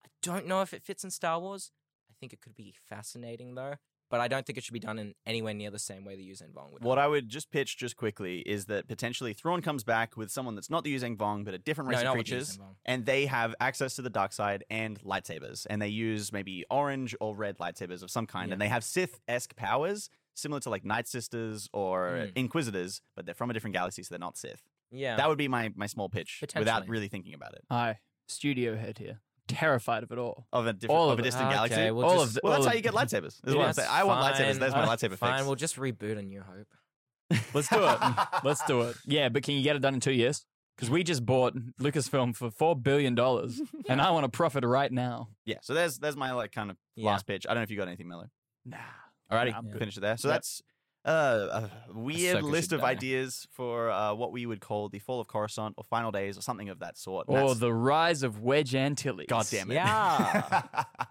I don't know if it fits in Star Wars. I think it could be fascinating though. but I don't think it should be done in anywhere near the same way the Yuzhen Vong would.
What I would just pitch just quickly is that potentially Thrawn comes back with someone that's not the Yuzang Vong, but a different race
no,
of
not with the
creatures.
Yuzhen Vong.
and they have access to the dark side and lightsabers and they use maybe orange or red lightsabers of some kind
Yeah.
and they have sith-esque powers similar to like night sisters or
Mm.
inquisitors but they're from a different galaxy so they're not sith
Yeah,
that would be my my small pitch without
Potentially.
really thinking about it
Hi, studio head here. Terrified of it all.
of a different
All
of,
of
a
it.
distant
Okay,
galaxy
we'll
all
just-
of the,
well that's
all
how
of-
you get lightsabers is
Yeah,
what i'm
that's
saying i want lightsabers
fine.
there's my
Uh,
lightsaber
Fine,
fix
we'll just reboot a New Hope.
Let's do it. Let's do it. Yeah, but can you get it done in two years? Because we just bought Lucasfilm for four billion dollars, and I want to profit right now.
yeah so there's there's my like kind of
Yeah.
last pitch i don't know if you got anything miller
Nah.
Alrighty,
I'm good.
finish it there. So
Yep.
that's uh, a weird
sucker
list
should
of
die.
ideas for uh, what we would call the fall of Coruscant or final days or something of that sort. And
Or
that's-
Oh, the rise of Wedge Antilles.
God damn it.
Yeah.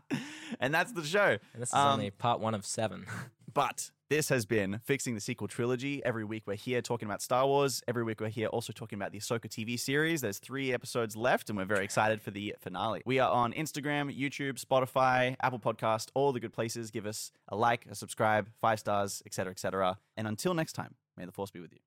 and that's the show.
And this is
Um,
only part one of seven.
But this has been Fixing the Sequel Trilogy. Every week we're here talking about Star Wars. Every week we're here also talking about the Ahsoka TV series. There's three episodes left, and we're very excited for the finale. We are on Instagram, YouTube, Spotify, Apple Podcast, all the good places. Give us a like, a subscribe, five stars, etc., etc. And until next time, may the force be with you.